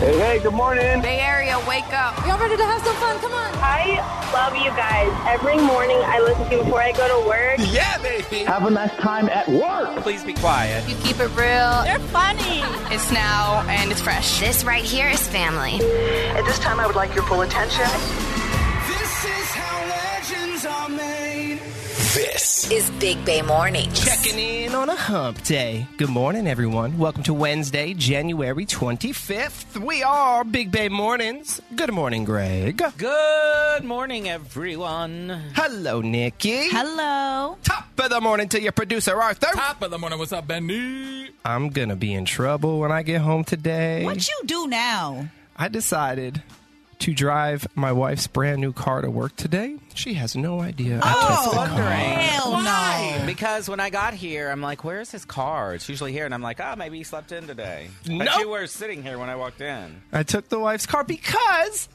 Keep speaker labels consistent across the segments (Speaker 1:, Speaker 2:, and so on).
Speaker 1: Hey, hey, good morning.
Speaker 2: Bay Area, wake up.
Speaker 3: Y'all ready to have some fun? Come on.
Speaker 4: I love you guys. Every morning I listen to you before I go to work.
Speaker 5: Yeah, baby.
Speaker 1: Have a nice time at work.
Speaker 5: Please be quiet.
Speaker 2: You keep it real.
Speaker 6: They're funny.
Speaker 2: It's now and it's fresh.
Speaker 7: This right here is family.
Speaker 8: At this time, I would like your full attention.
Speaker 9: This is how legends are made.
Speaker 5: This.
Speaker 7: Is Big Bay Mornings.
Speaker 5: Checking in on a hump day. Good morning, everyone. Welcome to Wednesday, January 25th. We are Big Bay Mornings. Good morning, Greg.
Speaker 10: Good morning, everyone.
Speaker 5: Hello, Nikki.
Speaker 6: Hello.
Speaker 5: Top of the morning to your producer, Arthur.
Speaker 11: Top of the morning. What's up, Benny?
Speaker 5: I'm going to be in trouble when I get home today.
Speaker 6: What you do now?
Speaker 5: I decided to drive my wife's brand new car to work today. She has no idea. I
Speaker 6: Oh,
Speaker 5: took the car.
Speaker 6: Hell no.
Speaker 10: Because when I got here, I'm like, where's his car? It's usually here. And I'm like, oh, maybe he slept in today.
Speaker 5: Nope.
Speaker 10: But you were sitting here when I walked in.
Speaker 5: I took the wife's car because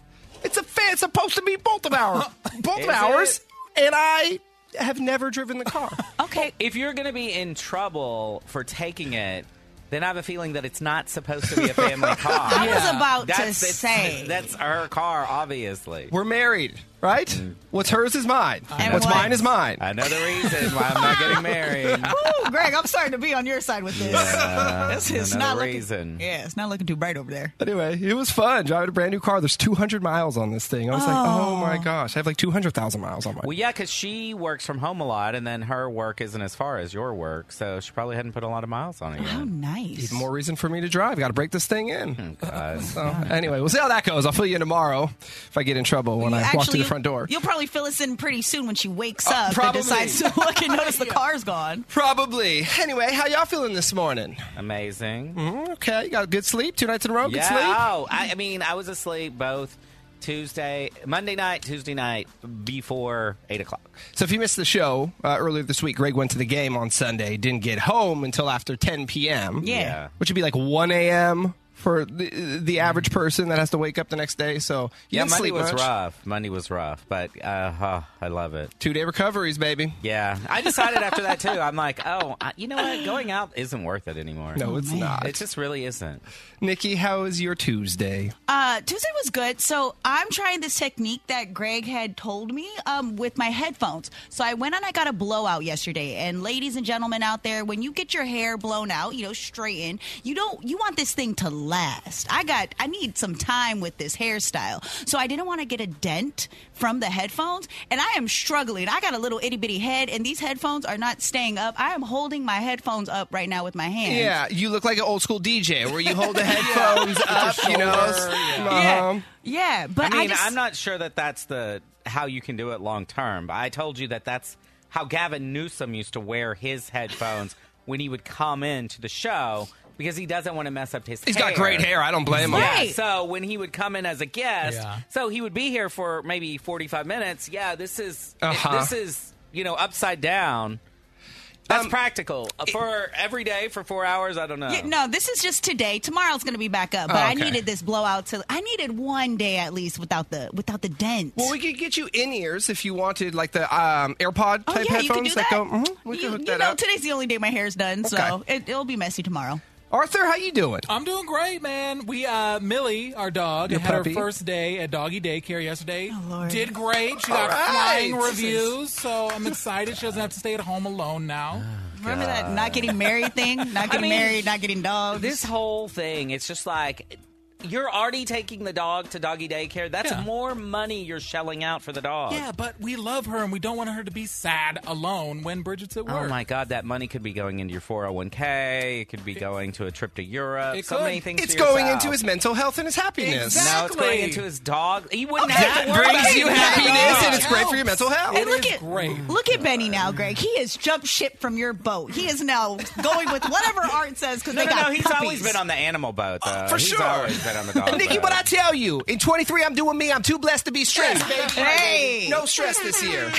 Speaker 5: it's a fan it's supposed to be both of our both
Speaker 10: Is
Speaker 5: of ours,
Speaker 10: it?
Speaker 5: and I have never driven the car.
Speaker 6: Okay.
Speaker 10: If you're going to be in trouble for taking it, then I have a feeling that it's not supposed to be a family car.
Speaker 6: I was about to
Speaker 10: it's-
Speaker 6: say.
Speaker 10: That's her car, obviously.
Speaker 5: We're married, right? What's hers is mine.
Speaker 6: And
Speaker 5: What's
Speaker 6: what-
Speaker 5: mine is mine.
Speaker 10: Another reason why I'm not getting married.
Speaker 6: Ooh, Greg, I'm starting to be on your side with this.
Speaker 10: Yeah,
Speaker 6: this is
Speaker 10: another
Speaker 6: not looking.
Speaker 10: reason.
Speaker 6: Yeah, it's not looking too bright over there.
Speaker 5: Anyway, it was fun driving a brand new car. There's 200 miles on this thing. I was like, oh my gosh, I have like 200,000 miles on mine.
Speaker 10: Well, yeah, because she works from home a lot, and then her work isn't as far as your work, so she probably hadn't put a lot of miles on it yet.
Speaker 6: How nice.
Speaker 5: More reason for me to drive. Got to break this thing in.
Speaker 10: God.
Speaker 5: So anyway, we'll see how that goes. I'll fill you in tomorrow if I get in trouble when
Speaker 6: You
Speaker 5: I walk
Speaker 6: actually-
Speaker 5: through the front door.
Speaker 6: You'll probably fill us in pretty soon when she wakes
Speaker 5: Uh,
Speaker 6: up and
Speaker 5: probably.
Speaker 6: decides to look and notice the car's gone.
Speaker 5: Probably. Anyway, how y'all feeling this morning?
Speaker 10: Amazing.
Speaker 5: Okay, you got good sleep two nights in a row. Good
Speaker 10: Yeah.
Speaker 5: sleep.
Speaker 10: Oh, I, I mean, I was asleep both Tuesday, Monday night, Tuesday night before eight o'clock.
Speaker 5: So if you missed the show uh, earlier this week, Greg went to the game on Sunday. Didn't get home until after 10 p.m.
Speaker 6: Yeah.
Speaker 5: which would be like 1 a.m. for the, the average person that has to wake up the next day. So you
Speaker 10: Yeah,
Speaker 5: didn't
Speaker 10: Monday
Speaker 5: sleep
Speaker 10: was
Speaker 5: much.
Speaker 10: rough. Monday was rough, but uh, huh, I love it.
Speaker 5: Two day recoveries, baby.
Speaker 10: Yeah, I decided after that too. I'm like, oh, I, you know what? Going out isn't worth it anymore.
Speaker 5: No, it's not.
Speaker 10: it just really isn't.
Speaker 5: Nikki, how is your Tuesday?
Speaker 6: Uh, Tuesday was good. So I'm trying this technique that Greg had told me um, with my headphones. So I went and I got a blowout yesterday. And ladies and gentlemen out there, when you get your hair blown out, you know, straightened, you don't you want this thing to last. I got I need some time with this hairstyle. So I didn't want to get a dent from the headphones, and I am struggling. I got a little itty bitty head, and these headphones are not staying up. I am holding my headphones up right now with my hands.
Speaker 5: Yeah, you look like an old school DJ where you hold the headphones up, you know. Uh-huh.
Speaker 6: Yeah.
Speaker 5: Um,
Speaker 6: Yeah, but
Speaker 10: Uh-huh. I
Speaker 6: I,
Speaker 10: mean,
Speaker 6: just,
Speaker 10: I'm not sure that that's the how you can do it long term. But I told you that that's how Gavin Newsom used to wear his headphones when he would come in to the show because he doesn't want to mess up his.
Speaker 5: He's
Speaker 10: hair.
Speaker 5: got great hair. I don't blame him.
Speaker 6: Right.
Speaker 10: Yeah, so when he would come in as a guest,
Speaker 11: Yeah.
Speaker 10: so he would be here for maybe 45 minutes. Yeah, this is
Speaker 5: Uh-huh.
Speaker 10: this is you know upside down. That's
Speaker 5: Um,
Speaker 10: practical Uh, for every day for four hours. I don't know.
Speaker 6: Yeah, no, this is just today. Tomorrow's going to be back up, but
Speaker 5: Oh,
Speaker 6: I
Speaker 5: okay.
Speaker 6: needed this blowout to. I needed one day at least without the without the dent.
Speaker 5: Well, we could get you in ears if you wanted, like the um, AirPod
Speaker 6: oh
Speaker 5: type
Speaker 6: yeah, you can
Speaker 5: headphones
Speaker 6: do
Speaker 5: that
Speaker 6: that.
Speaker 5: go. mhm, we
Speaker 6: you
Speaker 5: can hook
Speaker 6: you
Speaker 5: that
Speaker 6: know,
Speaker 5: up.
Speaker 6: today's the only day my hair's done, so it, it'll be messy tomorrow.
Speaker 5: Arthur, how you doing?
Speaker 11: I'm doing great, man. We uh Millie, our dog,
Speaker 5: Your
Speaker 11: had
Speaker 5: puppy.
Speaker 11: her first day at doggy daycare yesterday.
Speaker 6: Oh, Lord.
Speaker 11: Did great. She got
Speaker 5: right.
Speaker 11: flying
Speaker 5: This
Speaker 11: reviews, so I'm excited. She doesn't have to stay at home alone now.
Speaker 5: Ah.
Speaker 6: Remember that not getting married thing? Not getting
Speaker 10: mean,
Speaker 6: married, not getting dogs.
Speaker 10: this whole thing it's just like you're already taking the dog to doggy daycare that's
Speaker 11: Yeah.
Speaker 10: more money you're shelling out for the dog
Speaker 11: Yeah, but we love her and we don't want her to be sad alone when Bridget's at work.
Speaker 10: Oh my God! That money could be going into your 401k. It could be going to a trip to Europe.
Speaker 11: It
Speaker 10: so
Speaker 11: could.
Speaker 10: many things.
Speaker 5: It's
Speaker 10: for
Speaker 5: going
Speaker 10: yourself.
Speaker 5: into his mental health and his happiness.
Speaker 11: Exactly.
Speaker 10: No, it's going into his dog. He wouldn't have
Speaker 5: That
Speaker 10: to worry about
Speaker 5: brings
Speaker 10: it.
Speaker 5: you
Speaker 10: He's got a
Speaker 5: happiness,
Speaker 10: dog.
Speaker 5: and it's great for your mental health.
Speaker 6: And look
Speaker 11: is
Speaker 6: at
Speaker 11: great.
Speaker 6: look at Benny now, Greg. He has jumped ship from your boat. He is now going with whatever Art says because
Speaker 10: No,
Speaker 6: they
Speaker 10: no,
Speaker 6: got
Speaker 10: no. He's
Speaker 6: puppies.
Speaker 10: always been on the animal boat, though.
Speaker 5: For
Speaker 10: he's
Speaker 5: sure.
Speaker 10: always been on the dog.
Speaker 5: Nikki,
Speaker 10: boat.
Speaker 5: what I tell you, in 23, I'm doing me. I'm too blessed to be stressed, baby.
Speaker 6: Hey.
Speaker 5: No stress this year.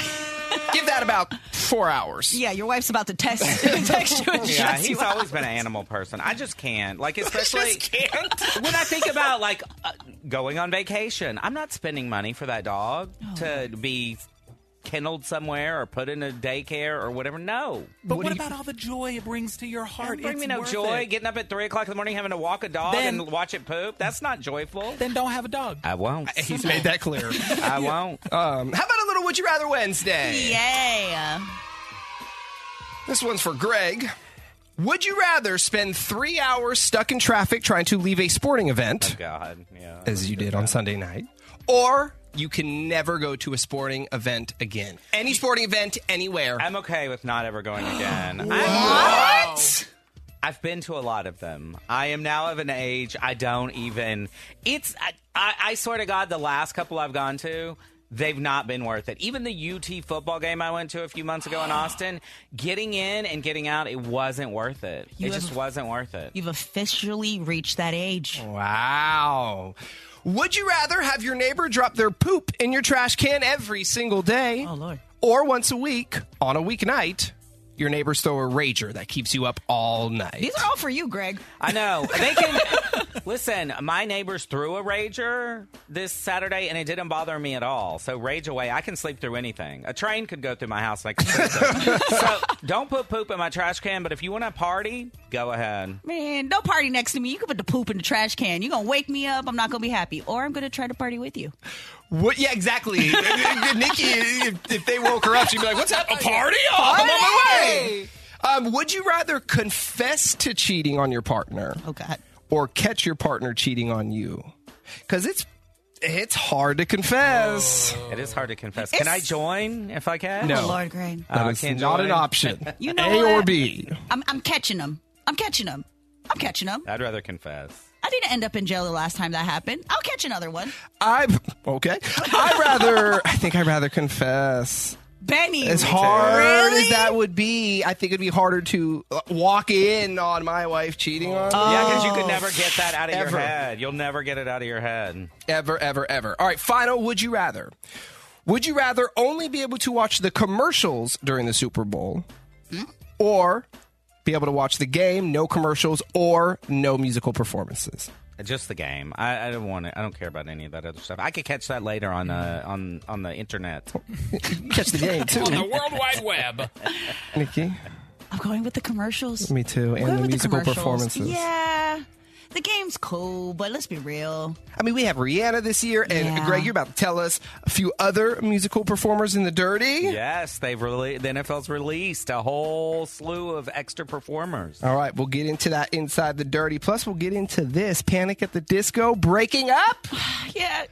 Speaker 5: Give that about four hours.
Speaker 6: Yeah, your wife's about to test, text you. and
Speaker 10: Yeah,
Speaker 6: stress you
Speaker 10: he's
Speaker 6: out.
Speaker 10: always been an animal person. I just can't. Like, especially
Speaker 5: Just can't.
Speaker 10: when I think about like uh, going on vacation, I'm not spending money for that dog to be kenneled somewhere or put in a daycare or whatever. No.
Speaker 11: But
Speaker 5: What
Speaker 11: what,
Speaker 5: do you-
Speaker 11: about all the joy it brings to your
Speaker 10: Don't
Speaker 11: heart?
Speaker 10: bring
Speaker 11: It's
Speaker 10: me no
Speaker 11: worth
Speaker 10: joy.
Speaker 11: it.
Speaker 10: Getting up at 3 o'clock in the morning, having to walk a dog
Speaker 11: Then-
Speaker 10: and watch it poop. That's not joyful.
Speaker 11: Then don't have a dog.
Speaker 10: I won't.
Speaker 5: He's made that clear.
Speaker 10: I won't.
Speaker 5: Um, how about a little Would You Rather Wednesday? uh,
Speaker 6: Yay.
Speaker 5: This one's for Greg. Would you rather spend three hours stuck in traffic trying to leave a sporting event,
Speaker 10: God. Yeah.
Speaker 5: as you did on Sunday night, or you can never go to a sporting event again? Any sporting event, anywhere.
Speaker 10: I'm okay with not ever going again. I'm-
Speaker 5: what?
Speaker 10: I've been to a lot of them. I am now of an age I don't even. It's I, I, I swear to God, the last couple I've gone to, they've not been worth it. Even the UT football game I went to a few months ago in Austin, getting in and getting out, it wasn't worth it.
Speaker 6: You
Speaker 10: it
Speaker 6: have-
Speaker 10: just wasn't worth it.
Speaker 6: You've officially reached that age.
Speaker 5: Wow. Would you rather have your neighbor drop their poop in your trash can every single day?
Speaker 6: Oh, Lord.
Speaker 5: Or once a week on a weeknight, your neighbors throw a rager that keeps you up all night.
Speaker 6: These are all for you, Greg.
Speaker 10: I know they can. listen, my neighbors threw a rager this Saturday, and it didn't bother me at all. So rage away. I can sleep through anything. A train could go through my house. Like so, don't put poop in my trash can. But if you want to party, go ahead.
Speaker 6: Man, don't party next to me. You can put the poop in the trash can. You're going to wake me up. I'm not going to be happy. Or I'm going to try to party with you.
Speaker 5: What? Yeah, exactly. Nikki, if, if they woke her up, she'd be like, "What's that? A party? Oh, I'm on my way." Um, would you rather confess to cheating on your partner,
Speaker 6: Oh, God.
Speaker 5: or catch your partner cheating on you? Because it's it's hard to confess.
Speaker 10: It is hard to confess. Can I join if I can?
Speaker 5: No.
Speaker 6: Oh, Lord, Greg.
Speaker 10: Uh,
Speaker 5: That
Speaker 10: I
Speaker 5: is
Speaker 10: can't
Speaker 5: not
Speaker 10: join.
Speaker 5: an option.
Speaker 6: You know
Speaker 5: A or
Speaker 6: what?
Speaker 5: B.
Speaker 6: I'm, I'm catching them. I'm catching them. I'm catching them.
Speaker 10: I'd rather confess.
Speaker 6: I didn't end up in jail the last time that happened. I'll catch another one.
Speaker 5: I okay. I rather. I think I would rather confess.
Speaker 6: Benny.
Speaker 5: As hard
Speaker 6: Really?
Speaker 5: as that would be, I think it'd be harder to uh, walk in on my wife cheating on me.
Speaker 10: Yeah, because you could never get that out of
Speaker 5: Ever.
Speaker 10: your head. You'll never get it out of your head.
Speaker 5: ever, ever, ever. All right, final would you rather? Would you rather only be able to watch the commercials during the Super Bowl
Speaker 6: Hmm?
Speaker 5: or be able to watch the game, no commercials, or no musical performances?
Speaker 10: Just the game. I, I don't want it. I don't care about any of that other stuff. I could catch that later on uh, on on the internet.
Speaker 5: Catch the game too,
Speaker 11: The World Wide Web.
Speaker 5: Nikki.
Speaker 6: I'm going with the commercials.
Speaker 5: Me too,
Speaker 6: Going
Speaker 5: and the
Speaker 6: with
Speaker 5: musical
Speaker 6: commercials.
Speaker 5: performances.
Speaker 6: Yeah. The game's cool, but let's be real.
Speaker 5: I mean, we have Rihanna this year, and
Speaker 6: Yeah.
Speaker 5: Greg, you're about to tell us a few other musical performers in the dirty.
Speaker 10: Yes, they've rele the NFL's released a whole slew of extra performers.
Speaker 5: All right, we'll get into that inside the dirty. Plus, we'll get into this Panic at the Disco breaking up.
Speaker 6: Yeah.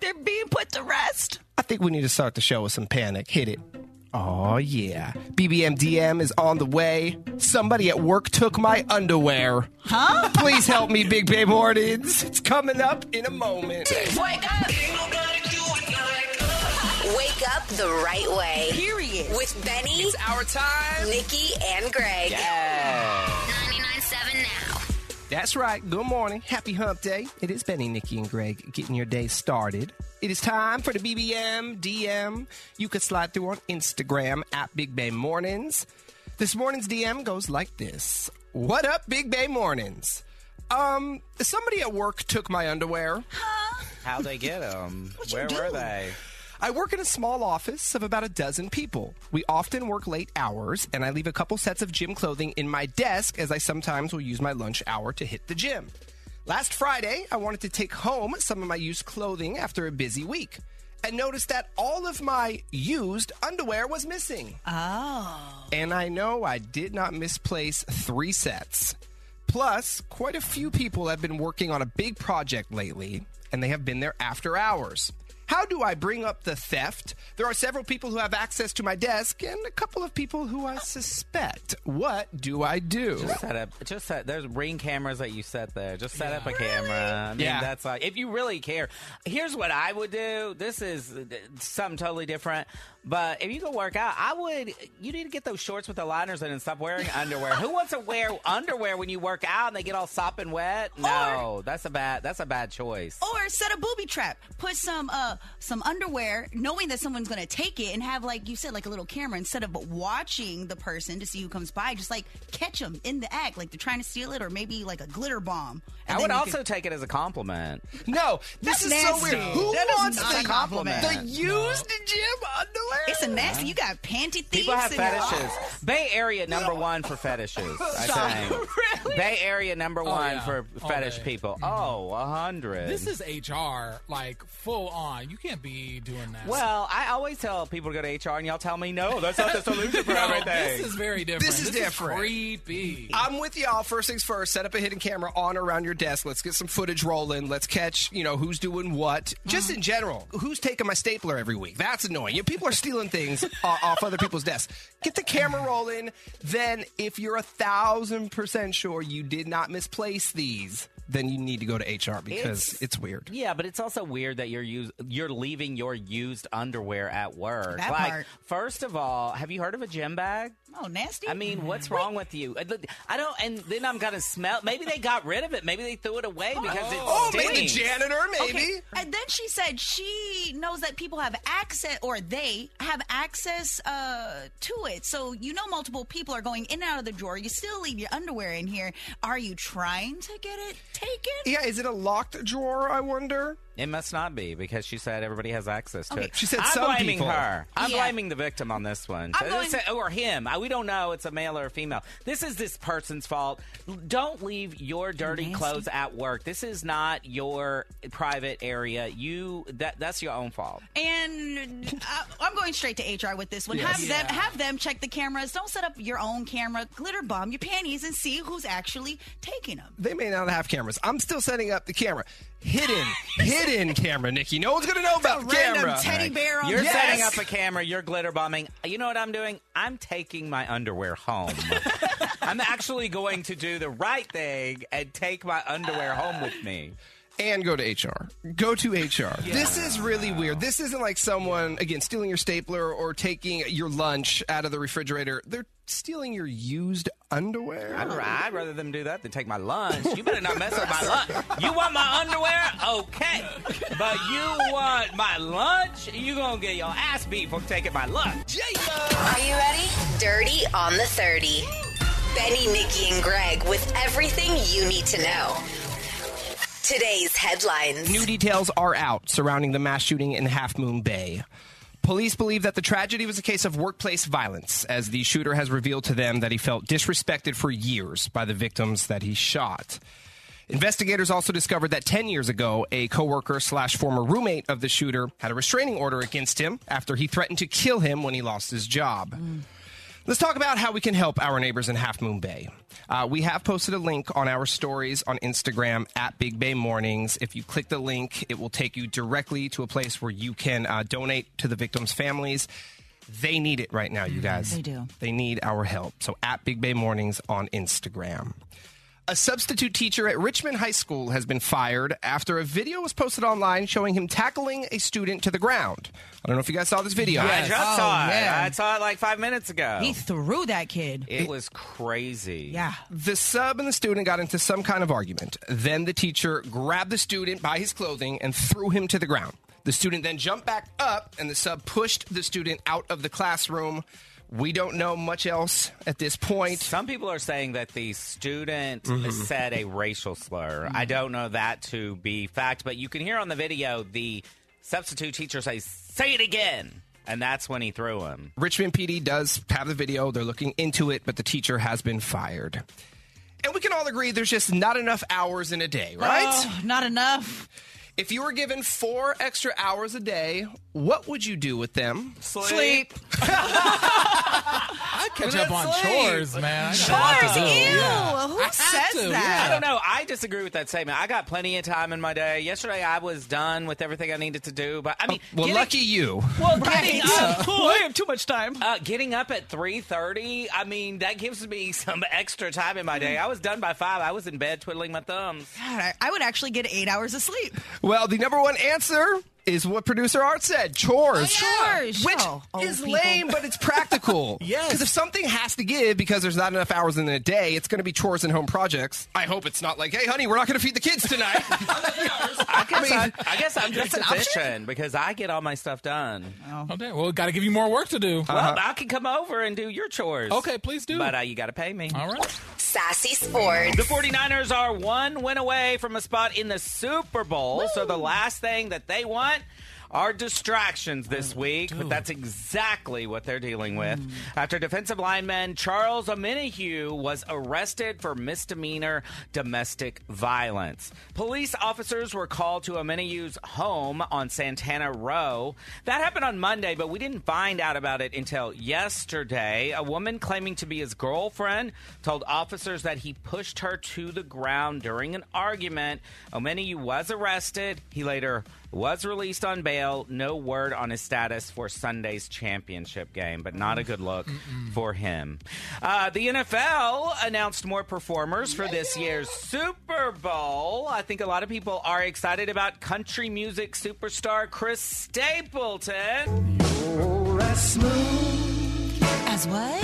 Speaker 6: They're being put to rest.
Speaker 5: I think we need to start the show with some panic. Hit it. Oh yeah. BBMDM is on the way. Somebody at work took my underwear. Huh? Please help me, Big Babe Hornets. It's coming up in a moment.
Speaker 7: Wake up. Wake up the right way.
Speaker 6: Period.
Speaker 7: With Benny,
Speaker 5: Our time.
Speaker 7: Nikki, and Greg.
Speaker 10: Yeah.
Speaker 7: 99.7 now.
Speaker 5: That's right. Good morning. Happy hump day. It is Benny, Nikki, and Greg getting your day started. It is time for the BBM DM. You can slide through on Instagram at Big Bay Mornings. This morning's DM goes like this What up, Big Bay Mornings? Um, somebody at work took my underwear.
Speaker 10: How'd they get them? Where
Speaker 5: do?
Speaker 10: were they?
Speaker 5: I work in a small office of about a dozen people. We often work late hours, and I leave a couple sets of gym clothing in my desk as I sometimes will use my lunch hour to hit the gym. Last Friday, I wanted to take home some of my used clothing after a busy week and noticed that all of my used underwear was missing. And I know I did not misplace three sets. Plus, quite a few people have been working on a big project lately, and they have been there after hours. How do I bring up the theft? There are several people who have access to my desk and a couple of people who I suspect. What do I do?
Speaker 10: Set up. Just set. There's ring cameras that you set there. Just set up a camera. I mean,
Speaker 5: Yeah.
Speaker 10: that's like if you really care. Here's what I would do. This is uh, something totally different. But if you go work out, I would. You need to get those shorts with the liners in and stop wearing underwear. Who wants to wear underwear when you work out and they get all sopping wet? No, that's a bad. That's a bad choice.
Speaker 6: Or Or set a booby trap. Put some uh some underwear, knowing that someone's gonna take it, and have like you said, like a little camera instead of watching the person to see who comes by. Just like catch them in the act, like they're trying to steal it, or maybe like a glitter bomb. And
Speaker 10: I
Speaker 6: then
Speaker 10: would
Speaker 6: you
Speaker 10: also
Speaker 6: could-
Speaker 10: take it as a compliment.
Speaker 5: No, this is so
Speaker 6: nasty.
Speaker 5: weird. Who
Speaker 10: That is
Speaker 5: wants
Speaker 10: not a
Speaker 5: the,
Speaker 10: compliment.
Speaker 5: the used gym underwear?
Speaker 6: it's a nasty. You got panty thieves.
Speaker 10: People have
Speaker 6: in your-
Speaker 10: fetishes. Bay Area number one for fetishes. I think. Bay Area number one
Speaker 11: yeah.
Speaker 10: for
Speaker 11: All
Speaker 10: fetish
Speaker 11: day.
Speaker 10: people. Oh, a hundred.
Speaker 11: This is HR, like full on. You can't be doing that.
Speaker 10: well, I always tell people to go to HR, and y'all tell me no. That's not the solution for
Speaker 11: No,
Speaker 10: everything.
Speaker 11: this is very different.
Speaker 5: This is different.
Speaker 11: creepy.
Speaker 5: I'm with y'all. First things first, set up a hidden camera on or around your desk. Let's get some footage rolling. Let's catch, you know, who's doing what. Just in general, who's taking my stapler every week? That's annoying. You know, people are stealing things uh, off other people's desks. Get the camera rolling. Then, if you're a thousand percent sure you did not misplace these, then you need to go to HR because it's,
Speaker 10: It's-
Speaker 5: weird.
Speaker 10: Yeah, but it's also weird that you're use, you're leaving your used underwear at work.
Speaker 6: That
Speaker 10: like,
Speaker 6: part.
Speaker 10: first of all, have you heard of a gym bag?
Speaker 6: Oh, nasty.
Speaker 10: I
Speaker 11: Mm-hmm.
Speaker 10: mean, what's wrong with you? I look- I don't. And then I'm gonna smell. Maybe they got rid of it. Maybe they threw it away because it's
Speaker 5: Oh,
Speaker 10: stinks.
Speaker 5: maybe janitor, maybe.
Speaker 6: Okay. And then she said she knows that people have access, or they have access uh, to it. So you know, multiple people are going in and out of the drawer. You still leave your underwear in here. Are you trying to get it taken?
Speaker 5: Yeah, is it a locked drawer? I wonder.
Speaker 10: It must not be because she said everybody has access to
Speaker 6: Okay.
Speaker 10: it.
Speaker 5: She said
Speaker 10: I'm
Speaker 5: some
Speaker 10: blaming
Speaker 5: people.
Speaker 10: her. I'm
Speaker 6: Yeah.
Speaker 10: blaming the victim on this one.
Speaker 6: I'm
Speaker 10: This-
Speaker 6: going-
Speaker 10: or him. I- We don't know. It's a male or a female. This is this person's fault. Don't leave your dirty
Speaker 6: Nasty.
Speaker 10: clothes at work. This is not your private area. You that that's your own fault.
Speaker 6: And I, I'm going straight to HR with this one. Have them
Speaker 11: Yeah.
Speaker 6: have them check the cameras. Don't set up your own camera. Glitter bomb your panties and see who's actually taking them.
Speaker 5: They may not have cameras. I'm still setting up the camera. Hidden, hidden camera, Nikki. No one's gonna know about the
Speaker 6: Random
Speaker 5: camera.
Speaker 6: teddy bear on
Speaker 10: You're
Speaker 6: the
Speaker 10: setting
Speaker 5: Yes.
Speaker 10: up a camera. You're glitter bombing. You know what I'm doing? I'm taking my underwear home. I'm actually going to do the right thing and take my underwear home with me.
Speaker 5: and go to HR. Go to HR. This is really weird. This isn't like someone again stealing your stapler or taking your lunch out of the refrigerator. They're stealing your used underwear.
Speaker 10: I'd, ra- I'd rather them do that than take my lunch. You better not mess up my lunch. You want my underwear? Okay. But you want my lunch? you going to get your ass beat for taking my lunch.
Speaker 7: Are you ready? Dirty on the 30. Benny, Nikki, and Greg with everything you need to know. Today's headlines.
Speaker 5: New details are out surrounding the mass shooting in Half Moon Bay. Police believe that the tragedy was a case of workplace violence, as the shooter has revealed to them that he felt disrespected for years by the victims that he shot. Investigators also discovered that 10 years ago, a coworker slash former roommate of the shooter had a restraining order against him after he threatened to kill him when he lost his job. Let's talk about how we can help our neighbors in Half Moon Bay. Uh, we have posted a link on our stories on Instagram at Big Bay Mornings. If you click the link, it will take you directly to a place where you can uh, donate to the victims' families. They need it right now, you guys. They
Speaker 6: do.
Speaker 5: They need our help. So at Big Bay Mornings on Instagram. A substitute teacher at Richmond High School has been fired after a video was posted online showing him tackling a student to the ground. I don't know if you guys saw this video.
Speaker 10: I just saw it.
Speaker 6: Oh, yeah.
Speaker 10: I saw it like five minutes ago.
Speaker 6: He threw that kid.
Speaker 10: it was crazy.
Speaker 6: Yeah.
Speaker 5: The sub and the student got into some kind of argument. Then the teacher grabbed the student by his clothing and threw him to the ground. The student then jumped back up, and the sub pushed the student out of the classroom. We don't know much else at this point.
Speaker 10: Some people are saying that the student said a racial slur.
Speaker 6: Mm-hmm.
Speaker 10: I don't know that to be fact, but you can hear on the video the substitute teacher say, say it again. And that's when he threw him.
Speaker 5: Richmond PD does have the video. They're looking into it, but the teacher has been fired. And we can all agree there's just not enough hours in a day, right?
Speaker 6: Oh, not enough.
Speaker 5: If you were given four extra hours a day, what would you do with them?
Speaker 6: Sleep.
Speaker 11: I catch up on chores, man. Chores,
Speaker 6: Chores, ew. Who says that?
Speaker 10: I don't know. I disagree with that statement. I got plenty of time in my day. Yesterday, I was done with everything I needed to do. But I mean,
Speaker 5: Oh, Well,
Speaker 10: getting-
Speaker 5: lucky you.
Speaker 10: Well, getting up,
Speaker 6: I have too much time.
Speaker 10: uh, getting up at three thirty. I mean, that gives me some extra time in my day. I was done by five. I was in bed twiddling my thumbs.
Speaker 6: God, I, I would actually get eight hours of sleep.
Speaker 5: Well, the number one answer is what producer Art said: chores.
Speaker 6: Chores.
Speaker 5: Which
Speaker 6: Oh, old
Speaker 5: is
Speaker 6: people.
Speaker 5: lame, but it's practical. yes. Because if something has to give because there's not enough hours in a day, it's going to be chores and home projects. I hope it's not like, hey, honey, we're not going to feed the kids tonight.
Speaker 10: I guess
Speaker 5: mean,
Speaker 10: I, I guess I'm just
Speaker 5: that's an option?
Speaker 10: efficient because I get all my stuff done.
Speaker 11: Okay, well, got to give you more work to do.
Speaker 10: Well, I can come over and do your chores.
Speaker 11: Okay, please do.
Speaker 10: But uh, you got to pay me.
Speaker 11: All right.
Speaker 7: Sassy Sports.
Speaker 10: The 49ers are one win away from a spot in the Super Bowl. So the last thing that they want are distractions this week, but that's exactly what they're dealing with. After defensive lineman Charles Aminahue was arrested for misdemeanor domestic violence. Police officers were called to Aminahue's home on Santana Row. That happened on Monday, but we didn't find out about it until yesterday. A woman claiming to be his girlfriend told officers that he pushed her to the ground during an argument. Omeniyu was arrested. He later was released on bail. No word on his status for Sunday's championship game, but not a good look for him. Uh, the NFL announced more performers for this year's Super Bowl. I think a lot of people are excited about country music superstar Chris Stapleton.
Speaker 6: As what?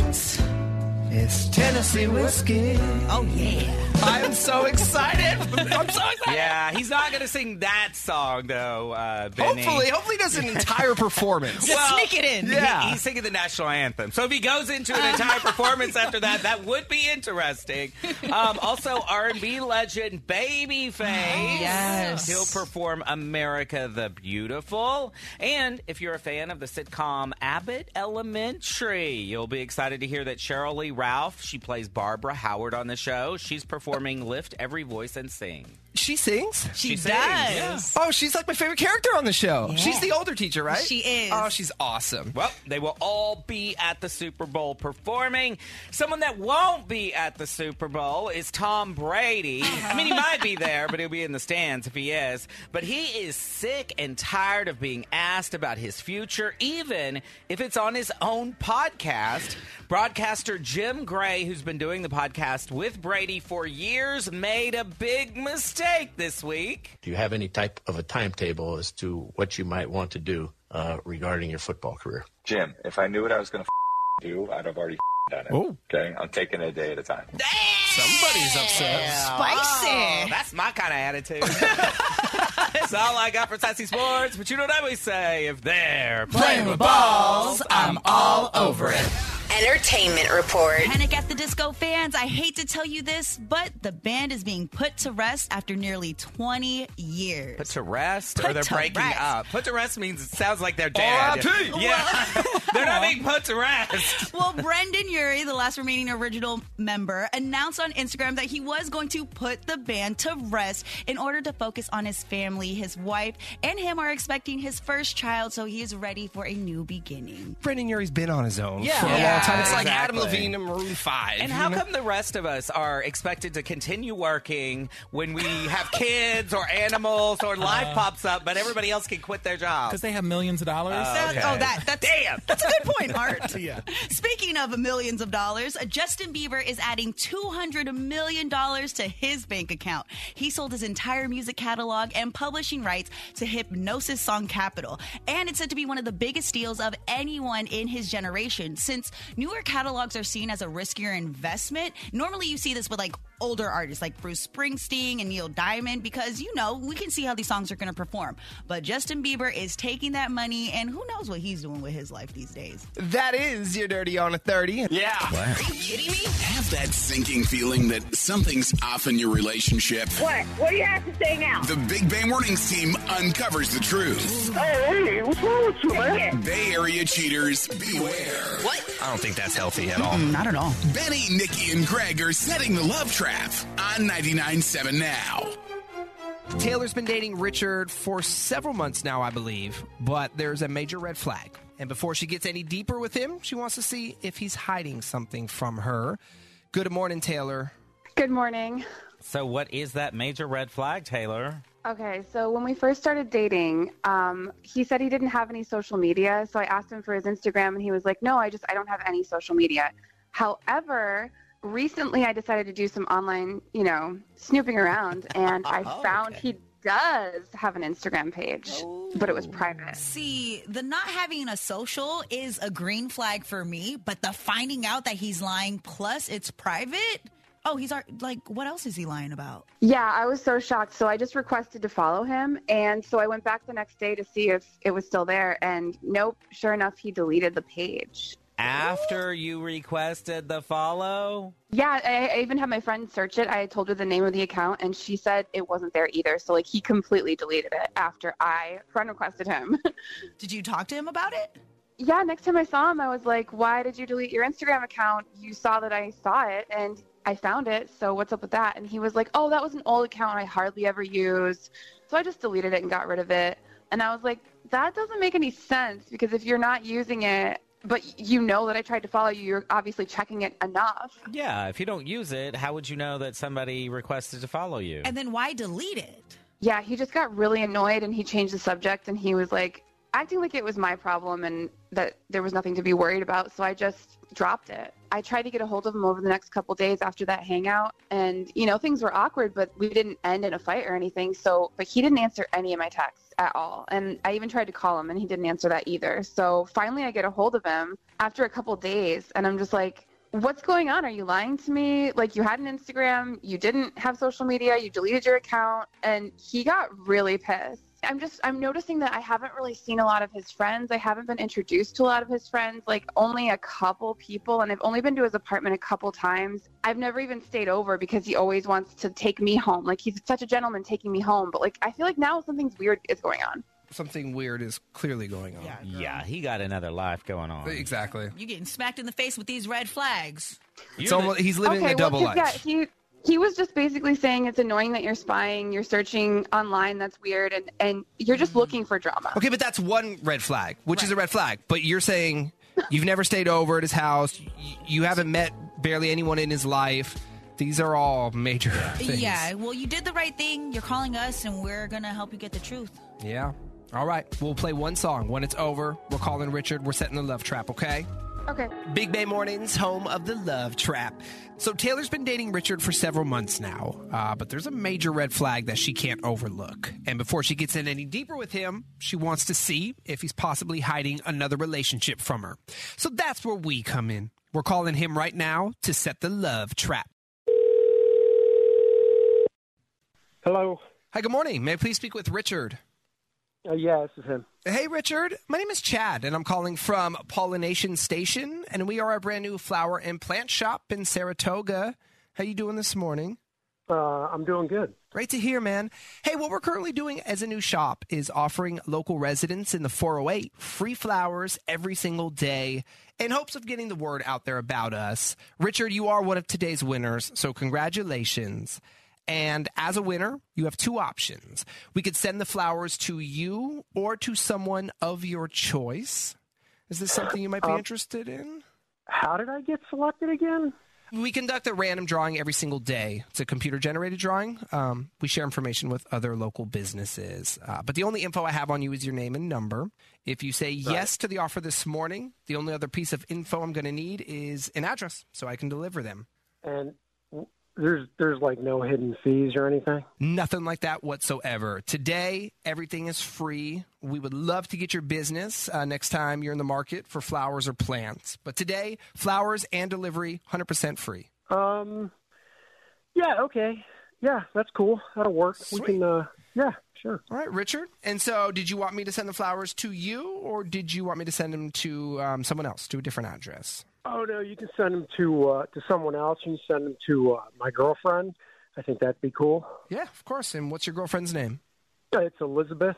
Speaker 1: It's Tennessee whiskey.
Speaker 6: Oh yeah.
Speaker 5: I am so excited. I'm so excited.
Speaker 10: Yeah, he's not going to sing that song though. Uh, Benny.
Speaker 5: Hopefully, hopefully, does an entire performance.
Speaker 6: Just sneak it in.
Speaker 10: he-
Speaker 5: Yeah.
Speaker 10: he's singing the national anthem. So if he goes into an entire performance after that, that would be interesting. Um, also, R&B legend Babyface.
Speaker 6: Oh, Yes.
Speaker 10: He'll perform "America the Beautiful." And if you're a fan of the sitcom Abbott Elementary, you'll be excited to hear that Cheryl Lee Ralph, she plays Barbara Howard on the show. She's performing "Lift Every Voice and Sing."
Speaker 5: She sings.
Speaker 6: She, does.
Speaker 10: sings, yeah.
Speaker 5: Oh, she's like my favorite character on the show. She's the older teacher, right?
Speaker 6: She is.
Speaker 5: Oh, she's awesome.
Speaker 10: Well, they will all be at the Super Bowl performing. Someone that won't be at the Super Bowl is Tom Brady. I mean, he might be there, but he'll be in the stands if he is. But he is sick and tired of being asked about his future, even if it's on his own podcast. Broadcaster Jim Gray, who's been doing the podcast with Brady for years, made a big mistake this week.
Speaker 3: Do you have any type of a timetable as to what you might want to do uh, regarding your football career?
Speaker 1: Jim, if I knew what I was going to do, I'd have already done it. Okay, I'm taking it a day at a time.
Speaker 5: Somebody's upset.
Speaker 10: Ah.
Speaker 6: Spicy.
Speaker 10: That's my kind of attitude. That's all I got for Sassy Sports. But you know what I always say: if they're playing with balls, I'm all over it.
Speaker 7: Entertainment Report.
Speaker 6: Panic at the Disco fans, I hate to tell you this, but the band is being put to rest after nearly 20 years.
Speaker 10: Put to rest, or
Speaker 6: Put
Speaker 10: they're
Speaker 6: to
Speaker 10: breaking
Speaker 6: rest.
Speaker 10: up. Put to rest means it sounds like they're dead.
Speaker 5: R.I.P..
Speaker 10: Yeah, they're not being put to rest.
Speaker 6: Well, Brendan Urie, the last remaining original member, announced on Instagram that he was going to put the band to rest in order to focus on his family. His wife and him are expecting his first child, so he is ready for a new beginning.
Speaker 5: Brendan Urie's been on his own for a
Speaker 10: Yeah,
Speaker 5: long time. It's like Adam
Speaker 10: exactly.
Speaker 5: Levine and Maroon Five.
Speaker 10: And
Speaker 5: you
Speaker 10: how
Speaker 5: know?
Speaker 10: come the rest of us are expected to continue working when we have kids or animals or life pops up, but everybody else can quit their job?
Speaker 11: Because they have millions of dollars.
Speaker 5: Uh,
Speaker 6: That-
Speaker 10: Okay.
Speaker 6: Oh, that that's
Speaker 10: Damn.
Speaker 6: That's a good point, Art.
Speaker 11: Yeah.
Speaker 6: Speaking of millions of dollars, Justin Bieber is adding two hundred million dollars to his bank account. He sold his entire music catalog and publishing rights to Hypnosis Song Capital, and it's said to be one of the biggest deals of anyone in his generation. Since newer catalogs are seen as a riskier investment, normally you see this with like older artists like Bruce Springsteen and Neil Diamond because you know we can see how these songs are going to perform. But Justin Bieber is taking that money, and who knows what he's doing with his life these days.
Speaker 5: That is your dirty on a thirty.
Speaker 1: Yeah.
Speaker 9: Have that sinking feeling that something's off in your relationship.
Speaker 4: What? What do you have to say now? Uh,
Speaker 9: The Big Bang Warnings team uncovers the truth.
Speaker 1: Hey, hey, what's wrong with you, man?
Speaker 4: Shit.
Speaker 9: Bay Area cheaters, beware.
Speaker 5: I don't think that's healthy at all.
Speaker 6: Not at all.
Speaker 9: Benny, Nikki, and Greg are setting the love trap on 99.7 now.
Speaker 5: Taylor's been dating Richard for several months now, I believe, but there's a major red flag. And before she gets any deeper with him, she wants to see if he's hiding something from her. Good morning, Taylor.
Speaker 4: Good morning.
Speaker 10: So, what is that major red flag, Taylor?
Speaker 4: Okay, so when we first started dating, um, he said he didn't have any social media. So I asked him for his Instagram, and he was like, "No, I just I don't have any social media." However, recently I decided to do some online, you know, snooping around, and I found he does have an Instagram page, but it was private.
Speaker 6: See, the not having a social is a green flag for me, but the finding out that he's lying plus it's private. oh, he's our, like, what else is he lying about?
Speaker 4: Yeah, I was so shocked. So I just requested to follow him. And so I went back the next day to see if it was still there. And nope, sure enough, he deleted the page.
Speaker 10: After you requested the follow?
Speaker 4: Yeah, I, I even had my friend search it. I had told her the name of the account, and she said it wasn't there either. So, like, he completely deleted it after I friend requested him.
Speaker 6: Did you talk to him about it?
Speaker 4: yeah, next time I saw him, I was like, why did you delete your Instagram account? You saw that I saw it, and I found it. So, what's up with that? And he was like, oh, that was an old account I hardly ever used. So, I just deleted it and got rid of it. And I was like, that doesn't make any sense because if you're not using it, but you know that I tried to follow you, you're obviously checking it enough.
Speaker 10: Yeah, if you don't use it, how would you know that somebody requested to follow you?
Speaker 6: And then why delete it?
Speaker 4: Yeah, he just got really annoyed and he changed the subject and he was like acting like it was my problem and that there was nothing to be worried about. So I just dropped it. I tried to get a hold of him over the next couple days after that hangout and you know things were awkward but we didn't end in a fight or anything. So but he didn't answer any of my texts at all. And I even tried to call him and he didn't answer that either. So finally I get a hold of him after a couple days and I'm just like what's going on? Are you lying to me? Like, you had an Instagram, you didn't have social media, you deleted your account. And he got really pissed. I'm just, I'm noticing that I haven't really seen a lot of his friends. I haven't been introduced to a lot of his friends, like only a couple people. And I've only been to his apartment a couple times. I've never even stayed over because he always wants to take me home. Like, he's such a gentleman taking me home. But like, I feel like now something's weird is going on.
Speaker 5: Something weird is clearly going on. Yeah,
Speaker 10: yeah he got another life going on.
Speaker 5: Exactly.
Speaker 6: You're getting smacked in the face with these red flags.
Speaker 5: It's almost, he's living
Speaker 4: okay,
Speaker 5: a double
Speaker 4: well, 'cause,
Speaker 5: life.
Speaker 4: Yeah, he he was just basically saying it's annoying that you're spying, you're searching online, that's weird, and and you're just looking for drama.
Speaker 5: Okay, but that's one red flag, which is a red flag. But you're saying you've never stayed over at his house. You, you haven't met barely anyone in his life. These are all major things.
Speaker 6: Yeah, well, you did the right thing. You're calling us, and we're going to help you get the truth.
Speaker 5: Yeah. All right. We'll play one song. When it's over, we're calling Richard. We're setting the love trap, okay?
Speaker 4: Okay.
Speaker 5: Big Bay Mornings, home of the love trap. So Taylor's been dating Richard for several months now, uh, but there's a major red flag that she can't overlook. And before she gets in any deeper with him, she wants to see if he's possibly hiding another relationship from her. So that's where we come in. We're calling him right now to set the love trap.
Speaker 12: Hello.
Speaker 5: Hi, good morning. May I please speak with Richard?
Speaker 12: Uh, yeah, this is him.
Speaker 5: Hey, Richard. My name is Chad, and I'm calling from Pollination Station, and we are a brand new flower and plant shop in Saratoga. How you doing this morning?
Speaker 12: Uh, I'm doing good.
Speaker 5: Great to hear, man. Hey, what we're currently doing as a new shop is offering local residents in the 408 free flowers every single day in hopes of getting the word out there about us. Richard, you are one of today's winners, so congratulations. And as a winner, you have two options. We could send the flowers to you or to someone of your choice. Is this something you might be
Speaker 12: Um,
Speaker 5: interested in?
Speaker 12: How did I get selected again?
Speaker 5: We conduct a random drawing every single day. It's a computer generated drawing. Um, we share information with other local businesses. Uh, but the only info I have on you is your name and number. If you say yes to the offer this morning, the only other piece of info I'm going to need is an address so I can deliver them.
Speaker 12: And w- there's there's like no hidden fees or anything.
Speaker 5: Nothing like that whatsoever. Today, everything is free. We would love to get your business uh, next time you're in the market for flowers or plants. But today, flowers and delivery 100% free.
Speaker 12: Um, yeah, okay, yeah, that's cool. That'll work. We can. Uh, yeah, sure.
Speaker 5: All right, Richard. And so, did you want me to send the flowers to you, or did you want me to send them to um, someone else, to a different address?
Speaker 12: Oh no, you can send them to uh, to someone else. You can send them to uh, my girlfriend. I think that'd be cool.
Speaker 5: Yeah, of course. And what's your girlfriend's name?
Speaker 12: Uh, It's Elizabeth.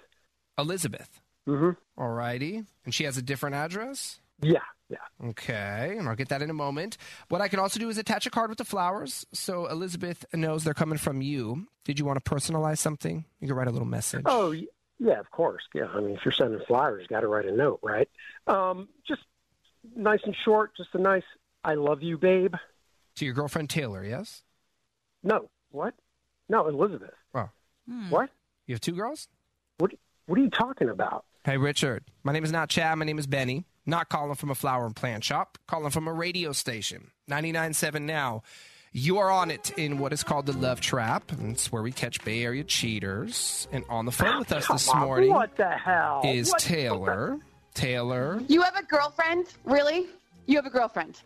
Speaker 5: Elizabeth.
Speaker 12: Mm-hmm.
Speaker 5: All righty. And she has a different address?
Speaker 12: Yeah, yeah.
Speaker 5: Okay, and I'll get that in a moment. What I can also do is attach a card with the flowers so Elizabeth knows they're coming from you. Did you want to personalize something? You can write a little message.
Speaker 12: Oh y- yeah, of course. Yeah, I mean, if you're sending flowers, you got to write a note, right? Um, just nice and short. Just a nice "I love you, babe."
Speaker 5: To your girlfriend Taylor, yes?
Speaker 12: No, what? No, Elizabeth.
Speaker 5: Wow.
Speaker 12: What?
Speaker 5: You have two girls?
Speaker 12: What? What are you talking about?
Speaker 5: Hey, Richard. My name is not Chad. My name is Benny. Not calling from a flower and plant shop, calling from a radio station. 99.7 now. You are on it in what is called the Love Trap. And it's where we catch Bay Area cheaters. And on the phone with us
Speaker 12: Oh, Come
Speaker 5: this
Speaker 12: on,
Speaker 5: morning
Speaker 12: What the hell?
Speaker 5: is
Speaker 12: What-
Speaker 5: Taylor. Taylor.
Speaker 4: You have a girlfriend? Really? You have a girlfriend?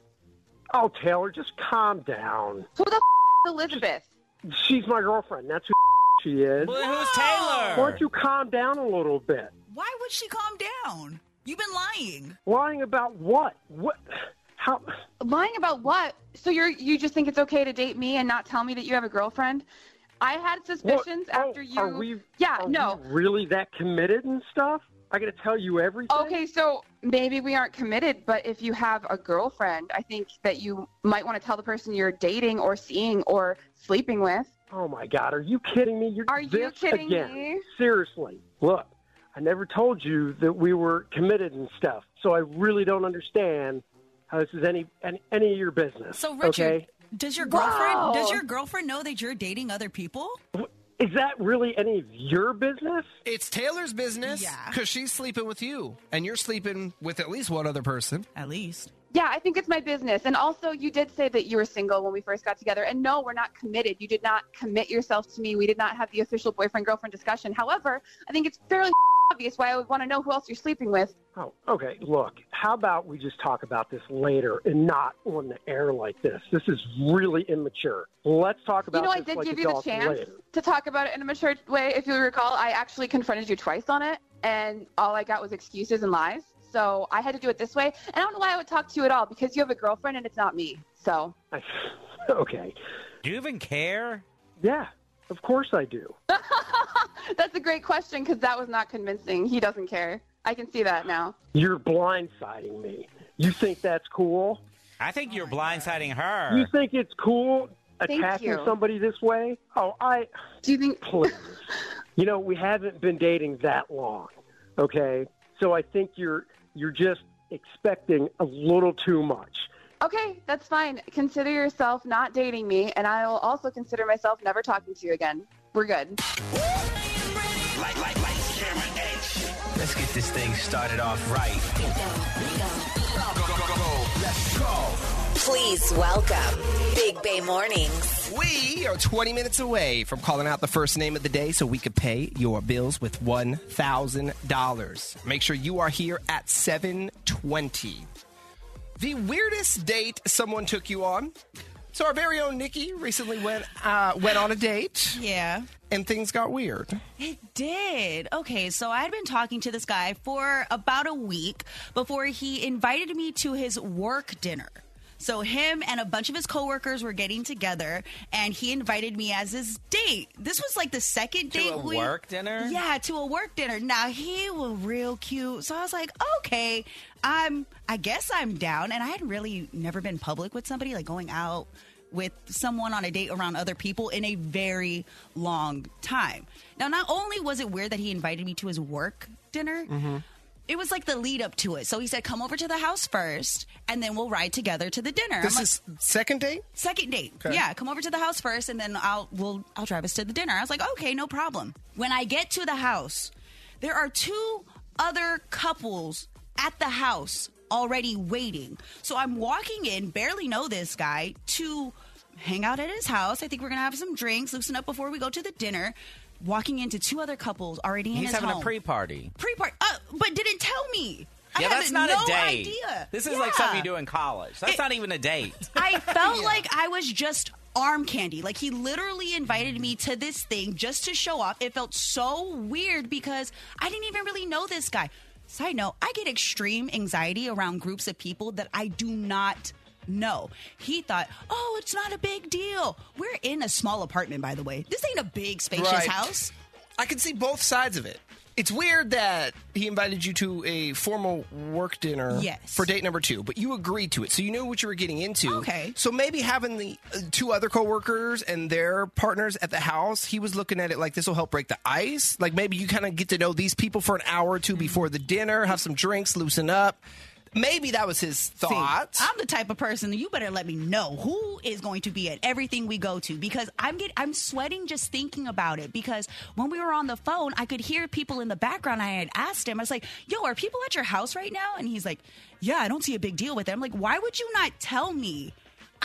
Speaker 12: Oh, Taylor, just calm down.
Speaker 4: Who the f- Elizabeth?
Speaker 12: She's my girlfriend. That's who she is.
Speaker 10: Well, who's Taylor?
Speaker 12: Why don't you calm down a little bit?
Speaker 6: Why would she calm down? You've been lying.
Speaker 12: Lying about what? What? How?
Speaker 4: Lying about what? So you're you just think it's okay to date me and not tell me that you have a girlfriend? I had suspicions
Speaker 12: What? Oh,
Speaker 4: after you.
Speaker 12: Are we?
Speaker 4: yeah,
Speaker 12: are
Speaker 4: no.
Speaker 12: we really that committed and stuff? I got to tell you everything.
Speaker 4: Okay, so maybe we aren't committed, but if you have a girlfriend, I think that you might want to tell the person you're dating or seeing or sleeping with.
Speaker 12: Oh my God, are you kidding me? You're
Speaker 4: Are you
Speaker 12: this
Speaker 4: kidding
Speaker 12: again.
Speaker 4: me?
Speaker 12: Seriously, look, I never told you that we were committed and stuff, so I really don't understand how this is any any, any of your business.
Speaker 6: So Richard,
Speaker 12: okay?
Speaker 6: does your girlfriend
Speaker 4: Wow.
Speaker 6: does your girlfriend know that you're dating other people?
Speaker 12: is that really any of your business?
Speaker 5: It's Taylor's business
Speaker 6: Yeah.
Speaker 5: because she's sleeping with you, and you're sleeping with at least one other person.
Speaker 6: At least.
Speaker 4: Yeah, I think it's my business. And also, you did say that you were single when we first got together. And no, we're not committed. You did not commit yourself to me. We did not have the official boyfriend girlfriend discussion. However, I think it's fairly obvious why I would want to know who else you're sleeping with.
Speaker 12: Oh, okay. Look, how about we just talk about this later and not on the air like this? This is really immature. Let's talk about
Speaker 4: you know, I
Speaker 12: this
Speaker 4: did
Speaker 12: like
Speaker 4: give you the
Speaker 12: adults
Speaker 4: chance
Speaker 12: later.
Speaker 4: to talk about it in a mature way. If you recall, I actually confronted you twice on it, and all I got was excuses and lies. So I had to do it this way. And I don't know why I would talk to you at all because you have a girlfriend and it's not me. So
Speaker 12: I, okay.
Speaker 10: Do you even care?
Speaker 12: Yeah, of course I do.
Speaker 4: that's a great question because that was not convincing. He doesn't care. I can see that now.
Speaker 12: You're blindsiding me. You think that's cool?
Speaker 10: I think
Speaker 6: Oh
Speaker 10: you're blindsiding her.
Speaker 12: You think it's cool
Speaker 4: Thank
Speaker 12: attacking
Speaker 4: you.
Speaker 12: somebody this way? Oh, I
Speaker 4: Do you think?
Speaker 12: please. you know, we haven't been dating that long, okay? So I think you're you're just expecting a little too much.
Speaker 4: Okay, that's fine. Consider yourself not dating me, and I will also consider myself never talking to you again. We're good.
Speaker 3: Let's get this thing started off right.
Speaker 7: Please welcome Big Bay Mornings.
Speaker 5: We are 20 minutes away from calling out the first name of the day so we could pay your bills with $1,000. Make sure you are here at 720. The weirdest date someone took you on. So our very own Nikki recently went uh, went on a date
Speaker 6: Yeah.
Speaker 5: and things got weird.
Speaker 6: It did. Okay, so I had been talking to this guy for about a week before he invited me to his work dinner. So him and a bunch of his coworkers were getting together, and he invited me as his date. This was like the second
Speaker 10: To
Speaker 6: date
Speaker 10: a
Speaker 6: we
Speaker 10: work dinner?
Speaker 6: Yeah, to a work dinner. Now he was real cute, so I was like, okay, I'm. I guess I'm down. And I had really never been public with somebody like going out with someone on a date around other people in a very long time. Now, not only was it weird that he invited me to his work dinner,
Speaker 5: Mm-hmm.
Speaker 6: it was like the lead up to it. So he said, "Come over to the house first, and then we'll ride together to the dinner." I'm
Speaker 5: This
Speaker 6: like,
Speaker 5: is second date?
Speaker 6: Second date. Yeah, come over to the house first and then I'll we'll I'll drive us to the dinner. I was like, "Okay, no problem." When I get to the house, there are two other couples at the house already waiting. So I'm walking in, barely know this guy, to hang out at his house. I think we're going to have some drinks, loosen up before we go to the dinner. Walking into two other couples already in
Speaker 10: He's
Speaker 6: his
Speaker 10: having
Speaker 6: home.
Speaker 10: a pre-party.
Speaker 6: Pre-party. Uh, but didn't tell me. I
Speaker 10: yeah,
Speaker 6: had
Speaker 10: that's not
Speaker 6: no
Speaker 10: a date.
Speaker 6: idea.
Speaker 10: This is like something
Speaker 6: Yeah.
Speaker 10: you do in college. That's not even a date.
Speaker 6: I felt like I was just arm candy. Like he literally invited me to this thing just to show off. It felt so weird because I didn't even really know this guy. Side note, I get extreme anxiety around groups of people that I do not know. He thought, oh, it's not a big deal. We're in a small apartment, by the way. This ain't a big, spacious
Speaker 5: Right.
Speaker 6: house.
Speaker 5: I can see both sides of it. It's weird that he invited you to a formal work dinner
Speaker 6: Yes.
Speaker 5: for date number two, but you agreed to it, so you knew what you were getting into.
Speaker 6: Okay.
Speaker 5: So maybe having the uh, two other coworkers and their partners at the house, he was looking at it like this will help break the ice. Like maybe you kind of get to know these people for an hour or
Speaker 6: Mm.
Speaker 5: two before the dinner, have some drinks, loosen up. Maybe that was his
Speaker 6: See,
Speaker 5: thought.
Speaker 6: I'm the type of person that you better let me know who is going to be at everything we go to because I'm get I'm sweating just thinking about it because when we were on the phone, I could hear people in the background. I had asked him, I was like, "Yo, are people at your house right now?" And he's like, "Yeah, I don't see a big deal with it." I'm like, "Why would you not tell me?"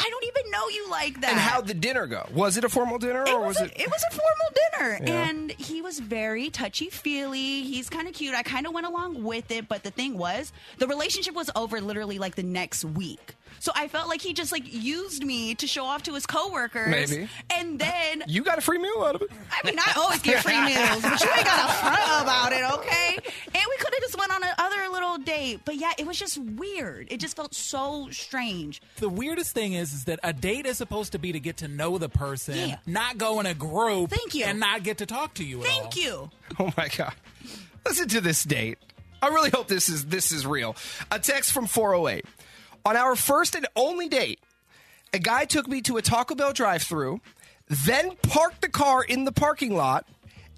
Speaker 6: I don't even know you like that.
Speaker 5: And how'd the dinner go? Was it a formal dinner or Oh, was it?
Speaker 6: it was a formal dinner
Speaker 5: Yeah.
Speaker 6: and he was very touchy feely he's kind of cute i kind of went along with it but the thing was the relationship was over literally like the next week so i felt like he just like used me to show off to his coworkers
Speaker 5: Maybe.
Speaker 6: and then
Speaker 5: You got a free meal out of it.
Speaker 6: I mean, I always get free meals, but you ain't got a front about it, okay? And we could have just went on another little date, but yeah, it was just weird. It just felt so strange.
Speaker 11: The weirdest thing is, is that a date is supposed to be to get to know the person, not go in a group, Thank you. and not get to talk to you. Thank
Speaker 6: you.
Speaker 5: Oh my god. Listen to this date. I really hope this is this is real. A text from 408. On our first and only date, a guy took me to a Taco Bell drive-through, then parked the car in the parking lot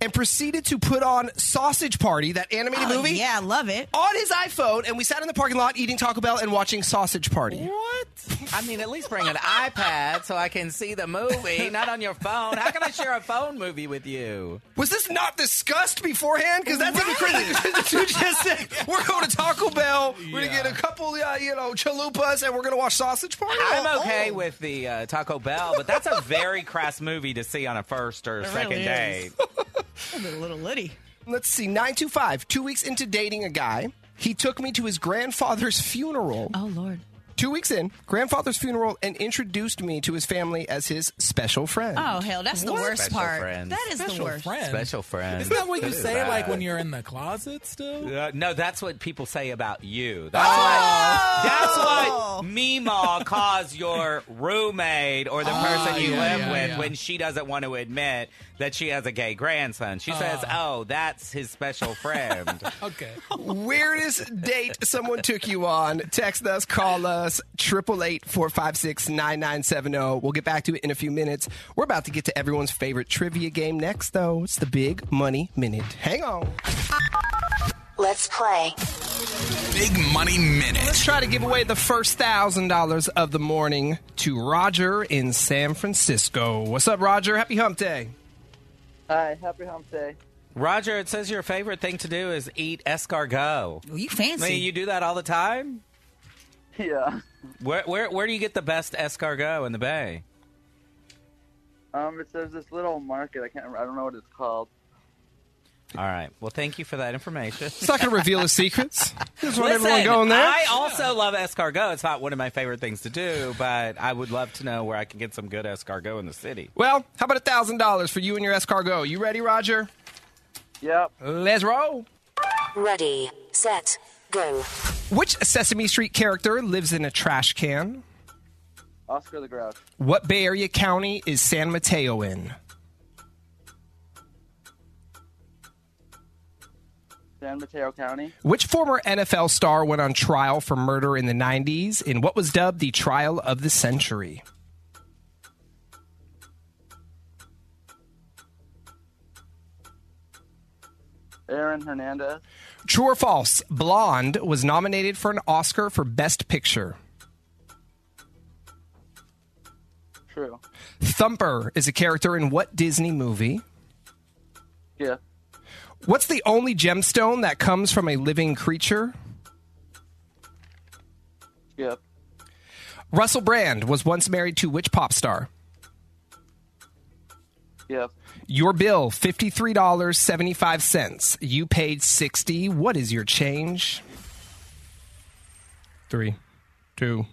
Speaker 5: and proceeded to put on Sausage Party, that animated
Speaker 6: Oh,
Speaker 5: movie.
Speaker 6: yeah, I love it.
Speaker 5: On his iPhone and we sat in the parking lot eating Taco Bell and watching Sausage Party.
Speaker 10: What? I mean, at least bring an iPad so I can see the movie, not on your phone. How can I share a phone movie with you?
Speaker 5: Was this not discussed beforehand? Because that's even crazy. the dude just said, "We're going to Taco Bell. We're gonna get a couple, uh, you know, chalupas, and we're gonna watch Sausage Party."
Speaker 10: I'm okay
Speaker 5: Oh.
Speaker 10: with the uh, Taco Bell, but that's a very crass movie to see on a first or
Speaker 5: It
Speaker 10: second
Speaker 5: really
Speaker 10: date.
Speaker 5: is. Let's see, nine two five. Two weeks into dating a guy, he took me to his grandfather's funeral.
Speaker 6: Oh Lord.
Speaker 5: Two weeks in, grandfather's funeral, and introduced me to his family as his special friend.
Speaker 6: Oh, hell, that's the
Speaker 5: What?
Speaker 6: worst
Speaker 5: Special
Speaker 6: part.
Speaker 5: friends.
Speaker 6: That is the
Speaker 5: Special
Speaker 6: worst.
Speaker 5: friends.
Speaker 10: Special friend.
Speaker 11: Isn't that what you
Speaker 10: That is
Speaker 11: say, like
Speaker 10: bad.
Speaker 11: when you're in the closet still?
Speaker 10: Uh, no, that's what people say about you. That's
Speaker 11: Oh!
Speaker 10: why. That's why Mima calls your roommate or the person you
Speaker 11: yeah,
Speaker 10: live
Speaker 11: yeah,
Speaker 10: with
Speaker 11: yeah.
Speaker 10: when she doesn't want to admit that she has a gay grandson.
Speaker 11: Ah.
Speaker 10: She says, "Oh, that's his special friend."
Speaker 11: Okay.
Speaker 5: Weirdest date someone took you on. Text us, call us, 888 456 9970. We'll get back to it in a few minutes. We're about to get to everyone's favorite trivia game next, though. It's the Big Money Minute. Hang on.
Speaker 7: Let's play.
Speaker 9: Big Money Minute.
Speaker 5: Let's try to give away the first $1,000 of the morning to Roger in San Francisco. What's up, Roger? Happy hump day.
Speaker 13: Hi, happy hump day.
Speaker 10: Roger, it says your favorite thing to do is eat escargot.
Speaker 6: you
Speaker 10: I mean, you do that all the time.
Speaker 13: Yeah.
Speaker 10: Where where where do you get the best escargot in the Bay?
Speaker 13: Um, it's, there's this little market. I can't. I don't know what it's called.
Speaker 10: All right. Well, thank you for that information.
Speaker 5: It's not going to reveal his secrets. Just want everyone
Speaker 10: Listen,
Speaker 5: going there.
Speaker 10: I also love escargot. It's not one of my favorite things to do, but I would love to know where I can get some good escargot in the city.
Speaker 5: Well, how about $1,000 for you and your escargot? You ready, Roger?
Speaker 13: Yep.
Speaker 5: Let's roll.
Speaker 7: Ready, set, go.
Speaker 5: Which Sesame Street character lives in a trash can?
Speaker 13: Oscar the Grouch.
Speaker 5: What Bay Area county is San Mateo in?
Speaker 13: San Mateo County.
Speaker 5: Which former NFL star went on trial for murder in the 90s in what was dubbed the trial of the century?
Speaker 13: Aaron Hernandez.
Speaker 5: True or false, Blonde was nominated for an Oscar for Best Picture.
Speaker 13: True.
Speaker 5: Thumper is a character in what Disney movie?
Speaker 13: Yeah.
Speaker 5: What's the only gemstone that comes from a living creature?
Speaker 13: Skip.
Speaker 5: Russell Brand was once married to which pop star?
Speaker 13: Skip.
Speaker 5: Your bill, $53.75. You paid 60 What is your change? Three, two,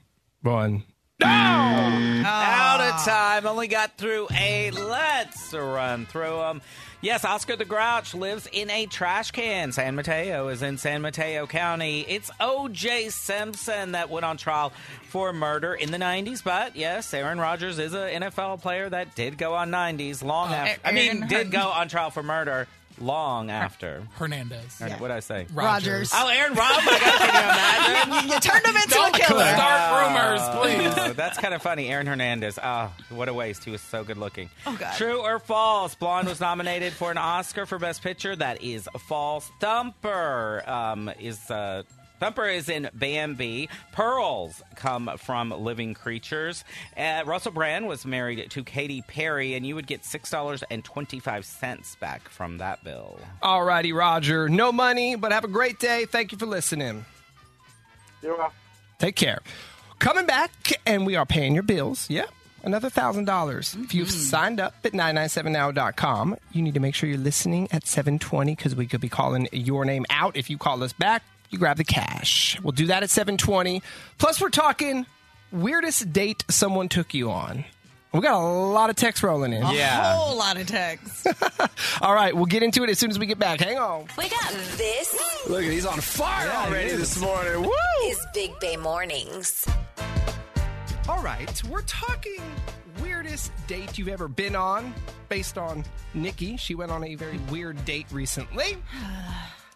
Speaker 5: one.
Speaker 10: Out of time. Only got through a let's run through them. Yes, Oscar the Grouch lives in a trash can. San Mateo is in San Mateo County. It's O.J. Simpson that went on trial for murder in the 90s. But yes, Aaron Rodgers is an NFL player that did go on 90s long after. I mean,
Speaker 11: Aaron
Speaker 10: did
Speaker 11: Hern-
Speaker 10: go on trial for murder long after.
Speaker 11: Hernandez.
Speaker 10: What did I say?
Speaker 11: Rogers.
Speaker 10: Oh, Aaron Rodgers. Oh my God, can you imagine?
Speaker 6: you turned him into
Speaker 10: Don't
Speaker 6: a killer.
Speaker 10: Start rumors, please. that's kind of funny. Aaron Hernandez. Oh, what a waste. He was so good looking.
Speaker 6: Oh, God.
Speaker 10: True or false? Blonde was nominated for an Oscar for Best Picture. That is false. Thumper um, is. Uh, Thumper is in Bambi. Pearls come from living creatures. Uh, Russell Brand was married to Katy Perry, and you would get $6.25 back from that bill.
Speaker 5: Alrighty, Roger. No money, but have a great day. Thank you for listening.
Speaker 13: You're welcome.
Speaker 5: Take care. Coming back, and we are paying your bills. Yep. Another $1,000. dollars If you've signed up at 997now.com, you need to make sure you're listening at 720 because we could be calling your name out. If you call us back, you grab the cash. We'll do that at 720. Plus, we're talking weirdest date someone took you on. We got a lot of text rolling in.
Speaker 6: A whole lot of texts.
Speaker 5: All right, we'll get into it as soon as we get back. Hang on.
Speaker 7: Wake up. This
Speaker 5: Look, he's on fire already this morning. Woo!
Speaker 7: is Big Bay Mornings.
Speaker 5: All right, we're talking weirdest date you've ever been on based on Nikki. She went on a very weird date recently.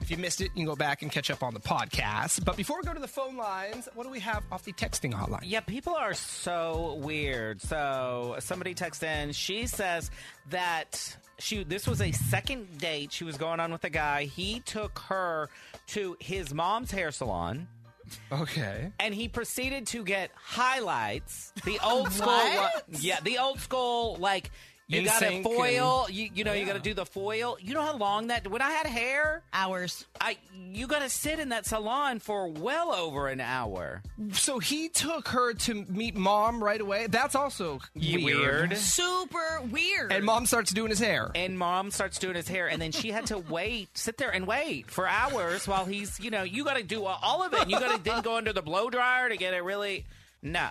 Speaker 5: If you missed it, you can go back and catch up on the podcast. But before we go to the phone lines, what do we have off the texting hotline?
Speaker 10: Yeah, people are so weird. So somebody texted in. She says that she this was a second date she was going on with a guy. He took her to his mom's hair salon.
Speaker 5: Okay.
Speaker 10: And he proceeded to get highlights. The old school,
Speaker 14: What?
Speaker 10: yeah, the old school like you
Speaker 14: In
Speaker 10: got to
Speaker 14: sync
Speaker 10: foil.
Speaker 14: and-
Speaker 10: you, you know you got to
Speaker 14: Yeah.
Speaker 10: do the foil. You know how long that when I had hair
Speaker 6: hours.
Speaker 10: I you got to sit in that salon for well over an hour.
Speaker 5: So he took her to meet mom right away. That's also
Speaker 10: Ye-
Speaker 5: weird.
Speaker 10: weird.
Speaker 6: Super weird.
Speaker 5: And mom starts doing his hair.
Speaker 10: And mom starts doing his hair, and then she had to wait, sit there and wait for hours while he's, you know, you got to do all of it. You got to then go under the blow dryer to get it really. No.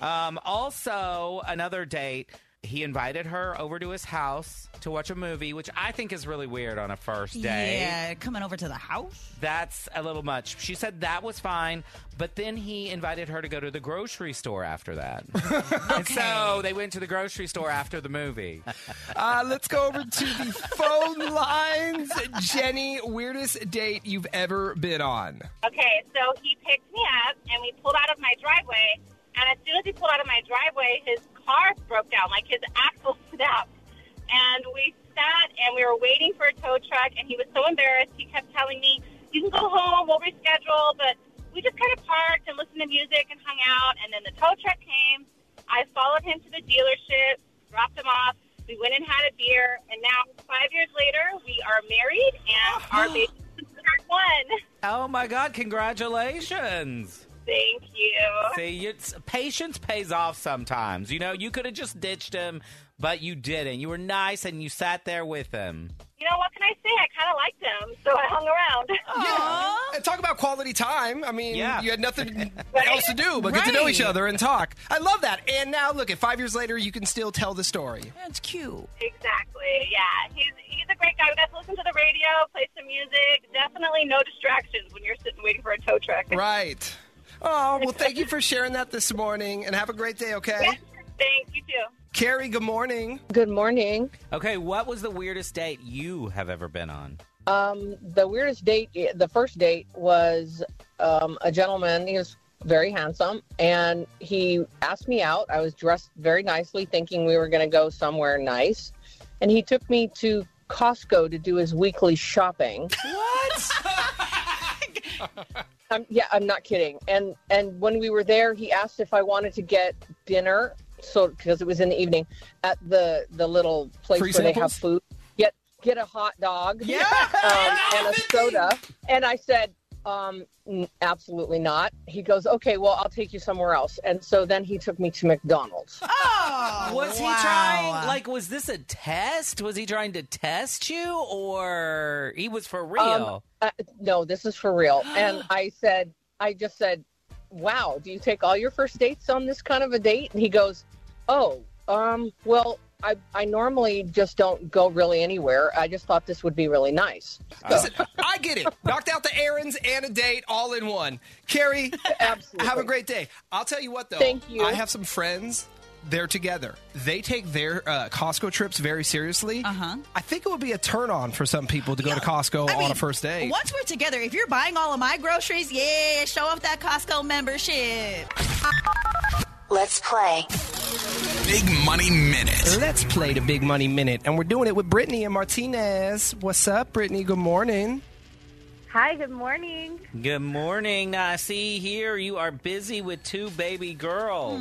Speaker 10: Um, also, another date. He invited her over to his house to watch a movie, which I think is really weird on a first date.
Speaker 6: Yeah, coming over to the house.
Speaker 10: That's a little much. She said that was fine, but then he invited her to go to the grocery store after that. And so they went to the grocery store after the movie.
Speaker 5: Uh, let's go over to the phone lines. Jenny, weirdest date you've ever been on?
Speaker 15: Okay, so he picked me up and we pulled out of my driveway. And as soon as he pulled out of my driveway, his car broke down, like his axle snapped. And we sat and we were waiting for a tow truck. And he was so embarrassed. He kept telling me, "You can go home. We'll reschedule." But we just kind of parked and listened to music and hung out. And then the tow truck came. I followed him to the dealership, dropped him off. We went and had a beer. And now, five years later, we are married and our baby is one.
Speaker 10: Oh my God, congratulations.
Speaker 15: Thank you.
Speaker 10: See, it's, patience pays off sometimes. You know, you could have just ditched him, but you didn't. You were nice and you sat there with him.
Speaker 15: You know, what can I say? I kind of liked him, so I hung around.
Speaker 5: And talk about quality time. I mean,
Speaker 15: Yeah.
Speaker 5: you had nothing else to do but get to know each
Speaker 15: Right.
Speaker 5: other and talk. I love that. And now, look, at five years later, you can still tell the story.
Speaker 6: That's cute.
Speaker 15: Exactly. Yeah, he's he's a great guy. We got to listen to the radio, play some music. Definitely no distractions when you're sitting waiting for a tow truck.
Speaker 5: Right. Oh, well, thank you for sharing that this morning and have a great day, okay?
Speaker 15: Thank you too.
Speaker 5: Carrie, good morning.
Speaker 16: Good morning.
Speaker 10: Okay, what was the weirdest date you have ever been on?
Speaker 16: Um, the weirdest date, the first date was um, a gentleman. He was very handsome, and he asked me out. I was dressed very nicely, thinking we were going to go somewhere nice, and he took me to Costco to do his weekly shopping.
Speaker 10: What?
Speaker 16: Um, yeah, I'm not kidding. And and when we were there, he asked if I wanted to get dinner, so because it was in the evening at the the little place
Speaker 17: Free
Speaker 16: where they have
Speaker 17: samples?
Speaker 16: food. Get get a hot dog, um, and a soda. And I said, um, n- absolutely not. He goes, okay, well, I'll take you somewhere else. And so then he took me to McDonald's.
Speaker 10: Oh, was
Speaker 16: wow.
Speaker 10: he trying? Like, was this a test? Was he trying to test you, or he was for real?
Speaker 16: Um, uh, no, this is for real. And I said, I just said, wow, do you take all your first dates on this kind of a date? And he goes, oh, um, well, I, I normally just don't go really anywhere. I just thought this would be really nice.
Speaker 5: Listen, I get it. Knocked out the errands and a date all in one. Carrie, have a great day. I'll tell you what, though.
Speaker 16: Thank you.
Speaker 5: I have some friends. They're together. They take their uh, Costco trips very seriously. Uh-huh. I think it would be a turn on for some people to go to Costco on a first date.
Speaker 6: Once we're together, if you're buying all of my groceries, yeah, show off that Costco membership.
Speaker 7: Let's play.
Speaker 5: Big Money Minute. Let's play the Big Money Minute. And we're doing it with Brittany and Martinez. What's up, Brittany? Good morning.
Speaker 17: Hi, good morning.
Speaker 10: Good morning. Now, I see here you are busy with two baby girls.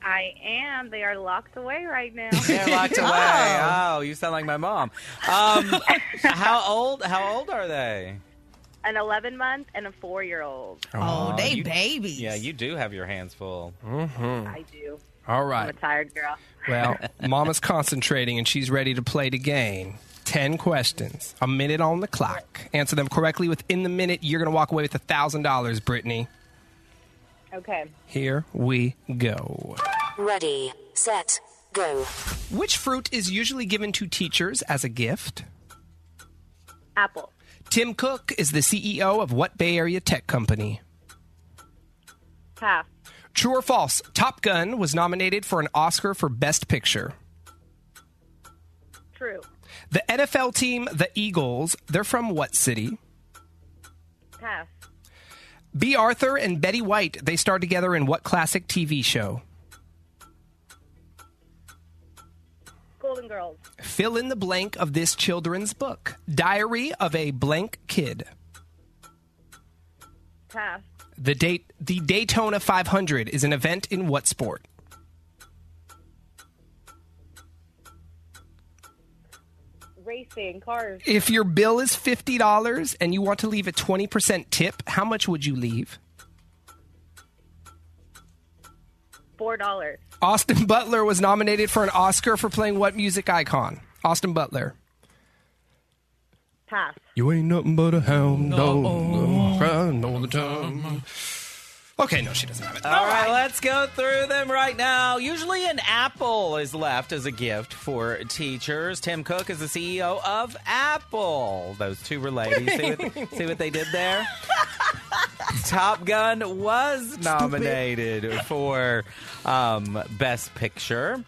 Speaker 17: I am. They are locked away right now.
Speaker 10: They're locked away. Oh. you sound like my mom. Um, how old? How old are they?
Speaker 17: an 11 month, and a four year old.
Speaker 10: Aw,
Speaker 6: Oh, they
Speaker 10: you-
Speaker 6: babies.
Speaker 10: Yeah, you do have your hands full.
Speaker 17: I do.
Speaker 5: All
Speaker 17: I'm a
Speaker 5: right.
Speaker 17: tired girl.
Speaker 5: Well, Mama's concentrating and she's ready to play the game. 10 questions, a minute on the clock. Answer them correctly within the minute. You're going to walk away with $1,000, Brittany.
Speaker 14: Okay.
Speaker 5: Here we go.
Speaker 14: Ready, set, go.
Speaker 5: Which fruit is usually given to teachers as a gift?
Speaker 17: Apple.
Speaker 5: Tim Cook is the CEO of what Bay Area tech company?
Speaker 17: Pass.
Speaker 5: True or false, Top Gun was nominated for an Oscar for Best Picture.
Speaker 17: True.
Speaker 5: The NFL team, the Eagles, they're from what city?
Speaker 17: Pass.
Speaker 5: B. Arthur and Betty White, they starred together in what classic TV show?
Speaker 17: Golden Girls.
Speaker 5: Fill in the blank of this children's book Diary of a Blank Kid.
Speaker 17: Pass.
Speaker 5: The, date, the Daytona 500 is an event in what sport?
Speaker 17: Racing cars.
Speaker 5: If your bill is $50 and you want to leave a 20% tip, how much would you leave?
Speaker 17: Four dollars.
Speaker 5: Austin Butler was nominated for an Oscar for playing what music icon? Austin Butler.
Speaker 17: Pass.
Speaker 5: You ain't nothing but a hound dog. Crying all the time. Okay, no, she doesn't have it.
Speaker 17: Uh,
Speaker 10: All right, let's go through them right now. Usually, an apple is left as a gift for teachers. Tim Cook is the CEO of Apple. Those two were ladies. See what, see what they did there? Top Gun was nominated for um, Best Picture.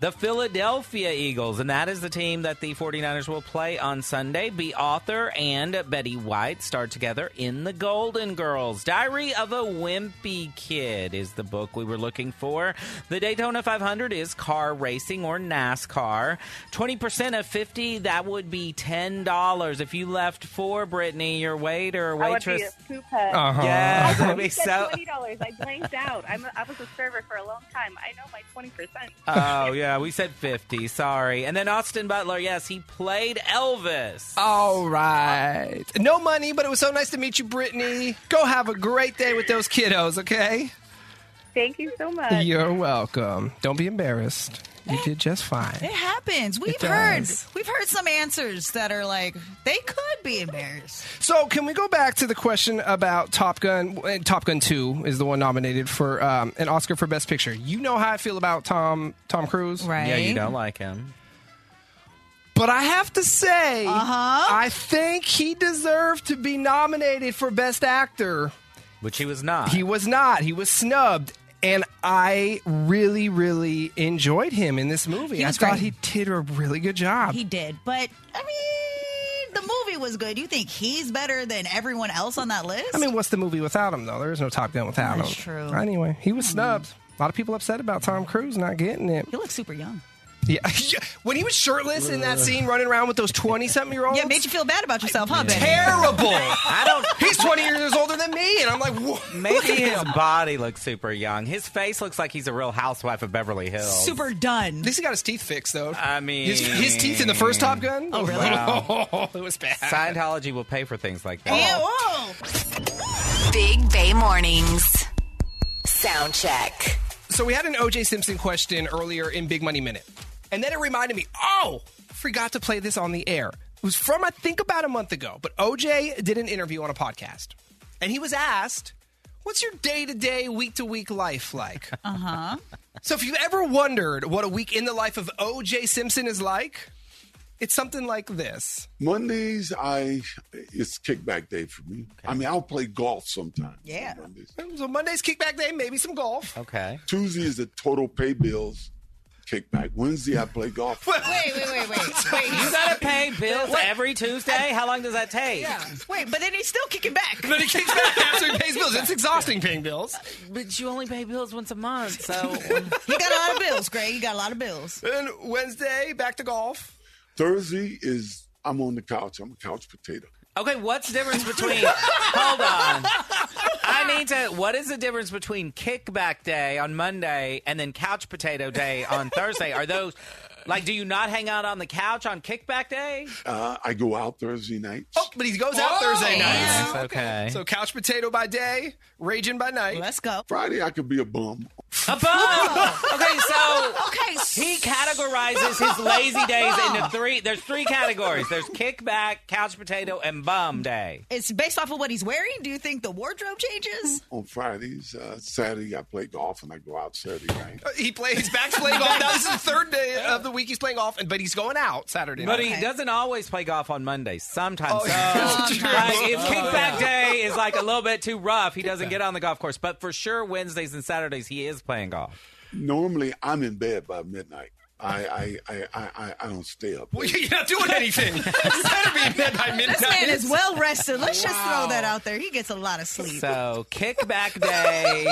Speaker 10: The Philadelphia Eagles, and that is the team that the 49ers will play on Sunday. B. Author and Betty White starred together in The Golden Girls. Diary of a Wimpy Kid is the book we were looking for. The Daytona 500 is car racing or NASCAR. 20% of 50, that would be $10. If you left four, Brittany, your waiter or
Speaker 17: I would be
Speaker 10: waitress.
Speaker 17: a Poopa.
Speaker 10: Uh-huh. Yes,
Speaker 17: I thought
Speaker 10: that'd be
Speaker 17: you said
Speaker 10: so-
Speaker 17: twenty dollars. I blanked out. I'm a, I was a server for a long time. I know my twenty percent.
Speaker 10: oh yeah, we said fifty. Sorry, and then Austin Butler. Yes, he played Elvis.
Speaker 5: All right. No money, but it was so nice to meet you, Brittany. Go have a great day with those kiddos, okay?
Speaker 17: Thank you so much.
Speaker 5: You're welcome. Don't be embarrassed. You did just fine.
Speaker 6: It happens. We've heard.
Speaker 5: does.
Speaker 6: We've heard some answers that are like they could be embarrassed.
Speaker 5: So, can we go back to the question about Top Gun? Uh, Top Gun Two is the one nominated for um, an Oscar for Best Picture. You know how I feel about Tom Tom Cruise, right?
Speaker 10: Yeah, you don't like him.
Speaker 5: But I have to say, I think he deserved to be nominated for Best Actor.
Speaker 10: Which he was not.
Speaker 5: He was not. He was snubbed. And I really, really enjoyed him in this movie.
Speaker 6: He
Speaker 5: I
Speaker 6: was
Speaker 5: thought
Speaker 6: great.
Speaker 5: he did a really good job.
Speaker 6: He did, but I mean, the movie was good. You think he's better than everyone else on that list?
Speaker 5: I mean, what's the movie without him, though? There is no Top Gun without
Speaker 6: That's
Speaker 5: him.
Speaker 6: true. Hmm.
Speaker 5: Anyway, he was snubbed. A lot of people upset about Tom Cruise not getting it. He
Speaker 6: looks super young.
Speaker 5: Yeah. when he was shirtless in
Speaker 10: Uh.
Speaker 5: that scene running around with those 20 something year olds. Yeah,
Speaker 6: made you feel bad about yourself, huh, Benny?
Speaker 5: Terrible.
Speaker 10: I don't.
Speaker 5: He's 20 years older than me. And I'm like, what? Look
Speaker 10: Maybe
Speaker 5: at
Speaker 10: his
Speaker 5: him.
Speaker 10: body looks super young. His face looks like he's a real housewife of Beverly Hills.
Speaker 6: Super done. At
Speaker 5: least he got his teeth fixed, though.
Speaker 10: I mean,
Speaker 5: His, his teeth in the first Top Gun?
Speaker 10: Oh, really?
Speaker 5: Oh, it was bad.
Speaker 10: Scientology will pay for things like that.
Speaker 7: And- Big Bay Mornings. Sound check.
Speaker 5: So we had an OJ Simpson question earlier in Big Money Minute. And then it reminded me, oh, forgot to play this on the air. It was from, I think, about a month ago, but OJ did an interview on a podcast. And he was asked, what's your day to day, week to week life like?
Speaker 6: Uh huh.
Speaker 5: so if you've ever wondered what a week in the life of OJ Simpson is like, it's something like this.
Speaker 18: Mondays, I it's kickback day for me. I mean, I'll play golf sometime.
Speaker 5: Yeah. So Monday's kickback day, maybe some golf.
Speaker 10: Okay.
Speaker 18: Tuesday is the total pay bills kickback. Wednesday, I play golf.
Speaker 6: Wait, wait, wait, wait, wait.
Speaker 10: You gotta pay bills every Tuesday. How long does that take?
Speaker 6: Wait, but then he's still kicking back.
Speaker 5: But he kicks back after he pays bills. It's exhausting paying bills.
Speaker 10: But you only pay bills once a month, so
Speaker 6: he got a lot of bills, Greg. He got a lot of bills.
Speaker 5: And Wednesday, back to golf.
Speaker 18: Thursday is I'm on the couch. I'm a couch potato.
Speaker 10: Okay, what's the difference between? hold on. I need to. What is the difference between kickback day on Monday and then couch potato day on Thursday? Are those Like, do you not hang out on the couch on kickback day?
Speaker 18: Uh, I go out Thursday night.
Speaker 5: Oh, but he goes out
Speaker 10: Oh,
Speaker 5: Thursday nights.
Speaker 10: yeah. Okay.
Speaker 5: So couch potato by day, raging by night. Let's
Speaker 6: go.
Speaker 18: Friday I could be a bum.
Speaker 10: A bum. okay, so
Speaker 6: okay,
Speaker 10: he categorizes his lazy days into three. There's three categories. There's kickback, couch potato, and bum day.
Speaker 6: It's based off of what he's wearing. Do you think the wardrobe changes?
Speaker 18: On Fridays, uh, Saturday I play golf and I go out Saturday night.
Speaker 5: He plays. He's back playing golf. Now this is the third day of the week he's playing golf, and but he's going out Saturday
Speaker 10: But
Speaker 5: night.
Speaker 10: he doesn't always play golf on Mondays. Sometimes,
Speaker 5: Oh,
Speaker 10: so,
Speaker 5: that's true.
Speaker 10: like, if
Speaker 5: Oh,
Speaker 10: kickback
Speaker 5: yeah.
Speaker 10: day is like a little bit too rough, he doesn't get on the golf course. But for sure, Wednesdays and Saturdays he is playing golf.
Speaker 18: Normally I'm in bed by midnight. I I I I, I, I don't stay up.
Speaker 5: Well, you're not doing anything. you better be in bed by midnight.
Speaker 6: This man is well rested. Let's just throw that out there. He gets a lot of sleep.
Speaker 10: So kickback day,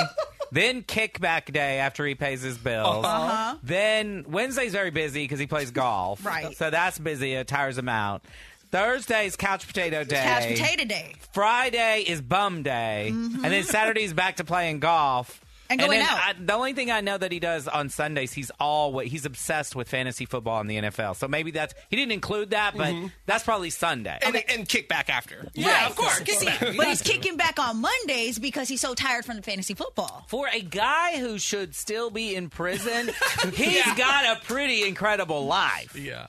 Speaker 10: then kickback day after he pays his bills.
Speaker 6: Uh-huh.
Speaker 10: Then Wednesday's very busy because he plays golf.
Speaker 6: Right.
Speaker 10: So that's busy. It tires him out. Thursday's couch potato day.
Speaker 6: Couch potato day.
Speaker 10: Friday is bum day,
Speaker 6: Mhm.
Speaker 10: and then Saturday's back to playing golf.
Speaker 6: And going
Speaker 10: then
Speaker 6: out.
Speaker 10: I, the only thing I know that he does on Sundays, he's all he's obsessed with fantasy football in the NFL. So maybe that's he didn't include that, but
Speaker 5: Mhm.
Speaker 10: that's probably Sunday.
Speaker 5: and, and kick back after.
Speaker 10: Yeah,
Speaker 5: of course.
Speaker 6: See, but he's kicking back on Mondays because he's so tired from the fantasy football.
Speaker 10: For a guy who should still be in prison, he's got a pretty incredible life.
Speaker 5: Yeah.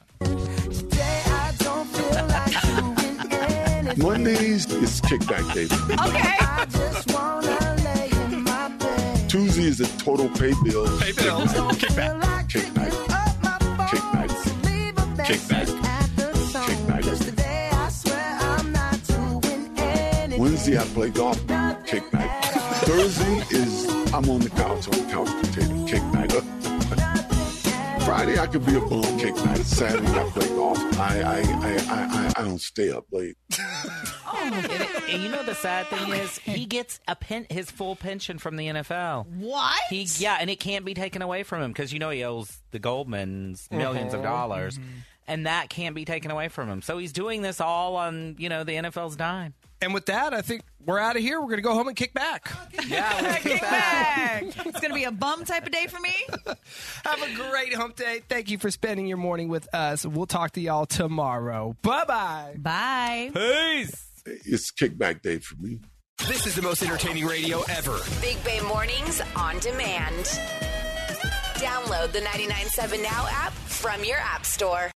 Speaker 18: Mondays is kickback day.
Speaker 6: Okay.
Speaker 18: Tuesday is a total pay bill. Pay
Speaker 5: bill. kickback.
Speaker 18: Kickback. Kickback. Kickback. Kickback. Wednesday I play golf. Kickback. Thursday is I'm on the couch on couch potato. Kickback. Friday I could be a bum. Kickback. Saturday I play golf. I I I I, I, I don't stay up late.
Speaker 10: And you know the sad thing is, he gets a pen, his full pension from the NFL.
Speaker 6: What?
Speaker 10: He yeah, and it can't be taken away from him because you know he owes the Goldmans 1000000s of
Speaker 6: Mhm.
Speaker 10: dollars, and that can't be taken away from him. So he's doing this all on you know the NFL's dime.
Speaker 5: And with that, I think we're out of here. We're gonna go home and kick back.
Speaker 6: It's going to be a bum type of day for me.
Speaker 5: Have a great hump day. Thank you for spending your morning with us. We'll talk to y'all tomorrow. Bye bye.
Speaker 6: Bye.
Speaker 10: Peace.
Speaker 18: It's kickback day for me.
Speaker 5: This is the most entertaining radio ever.
Speaker 7: Big Bay Mornings on demand. Download the 997 Now app from your app store.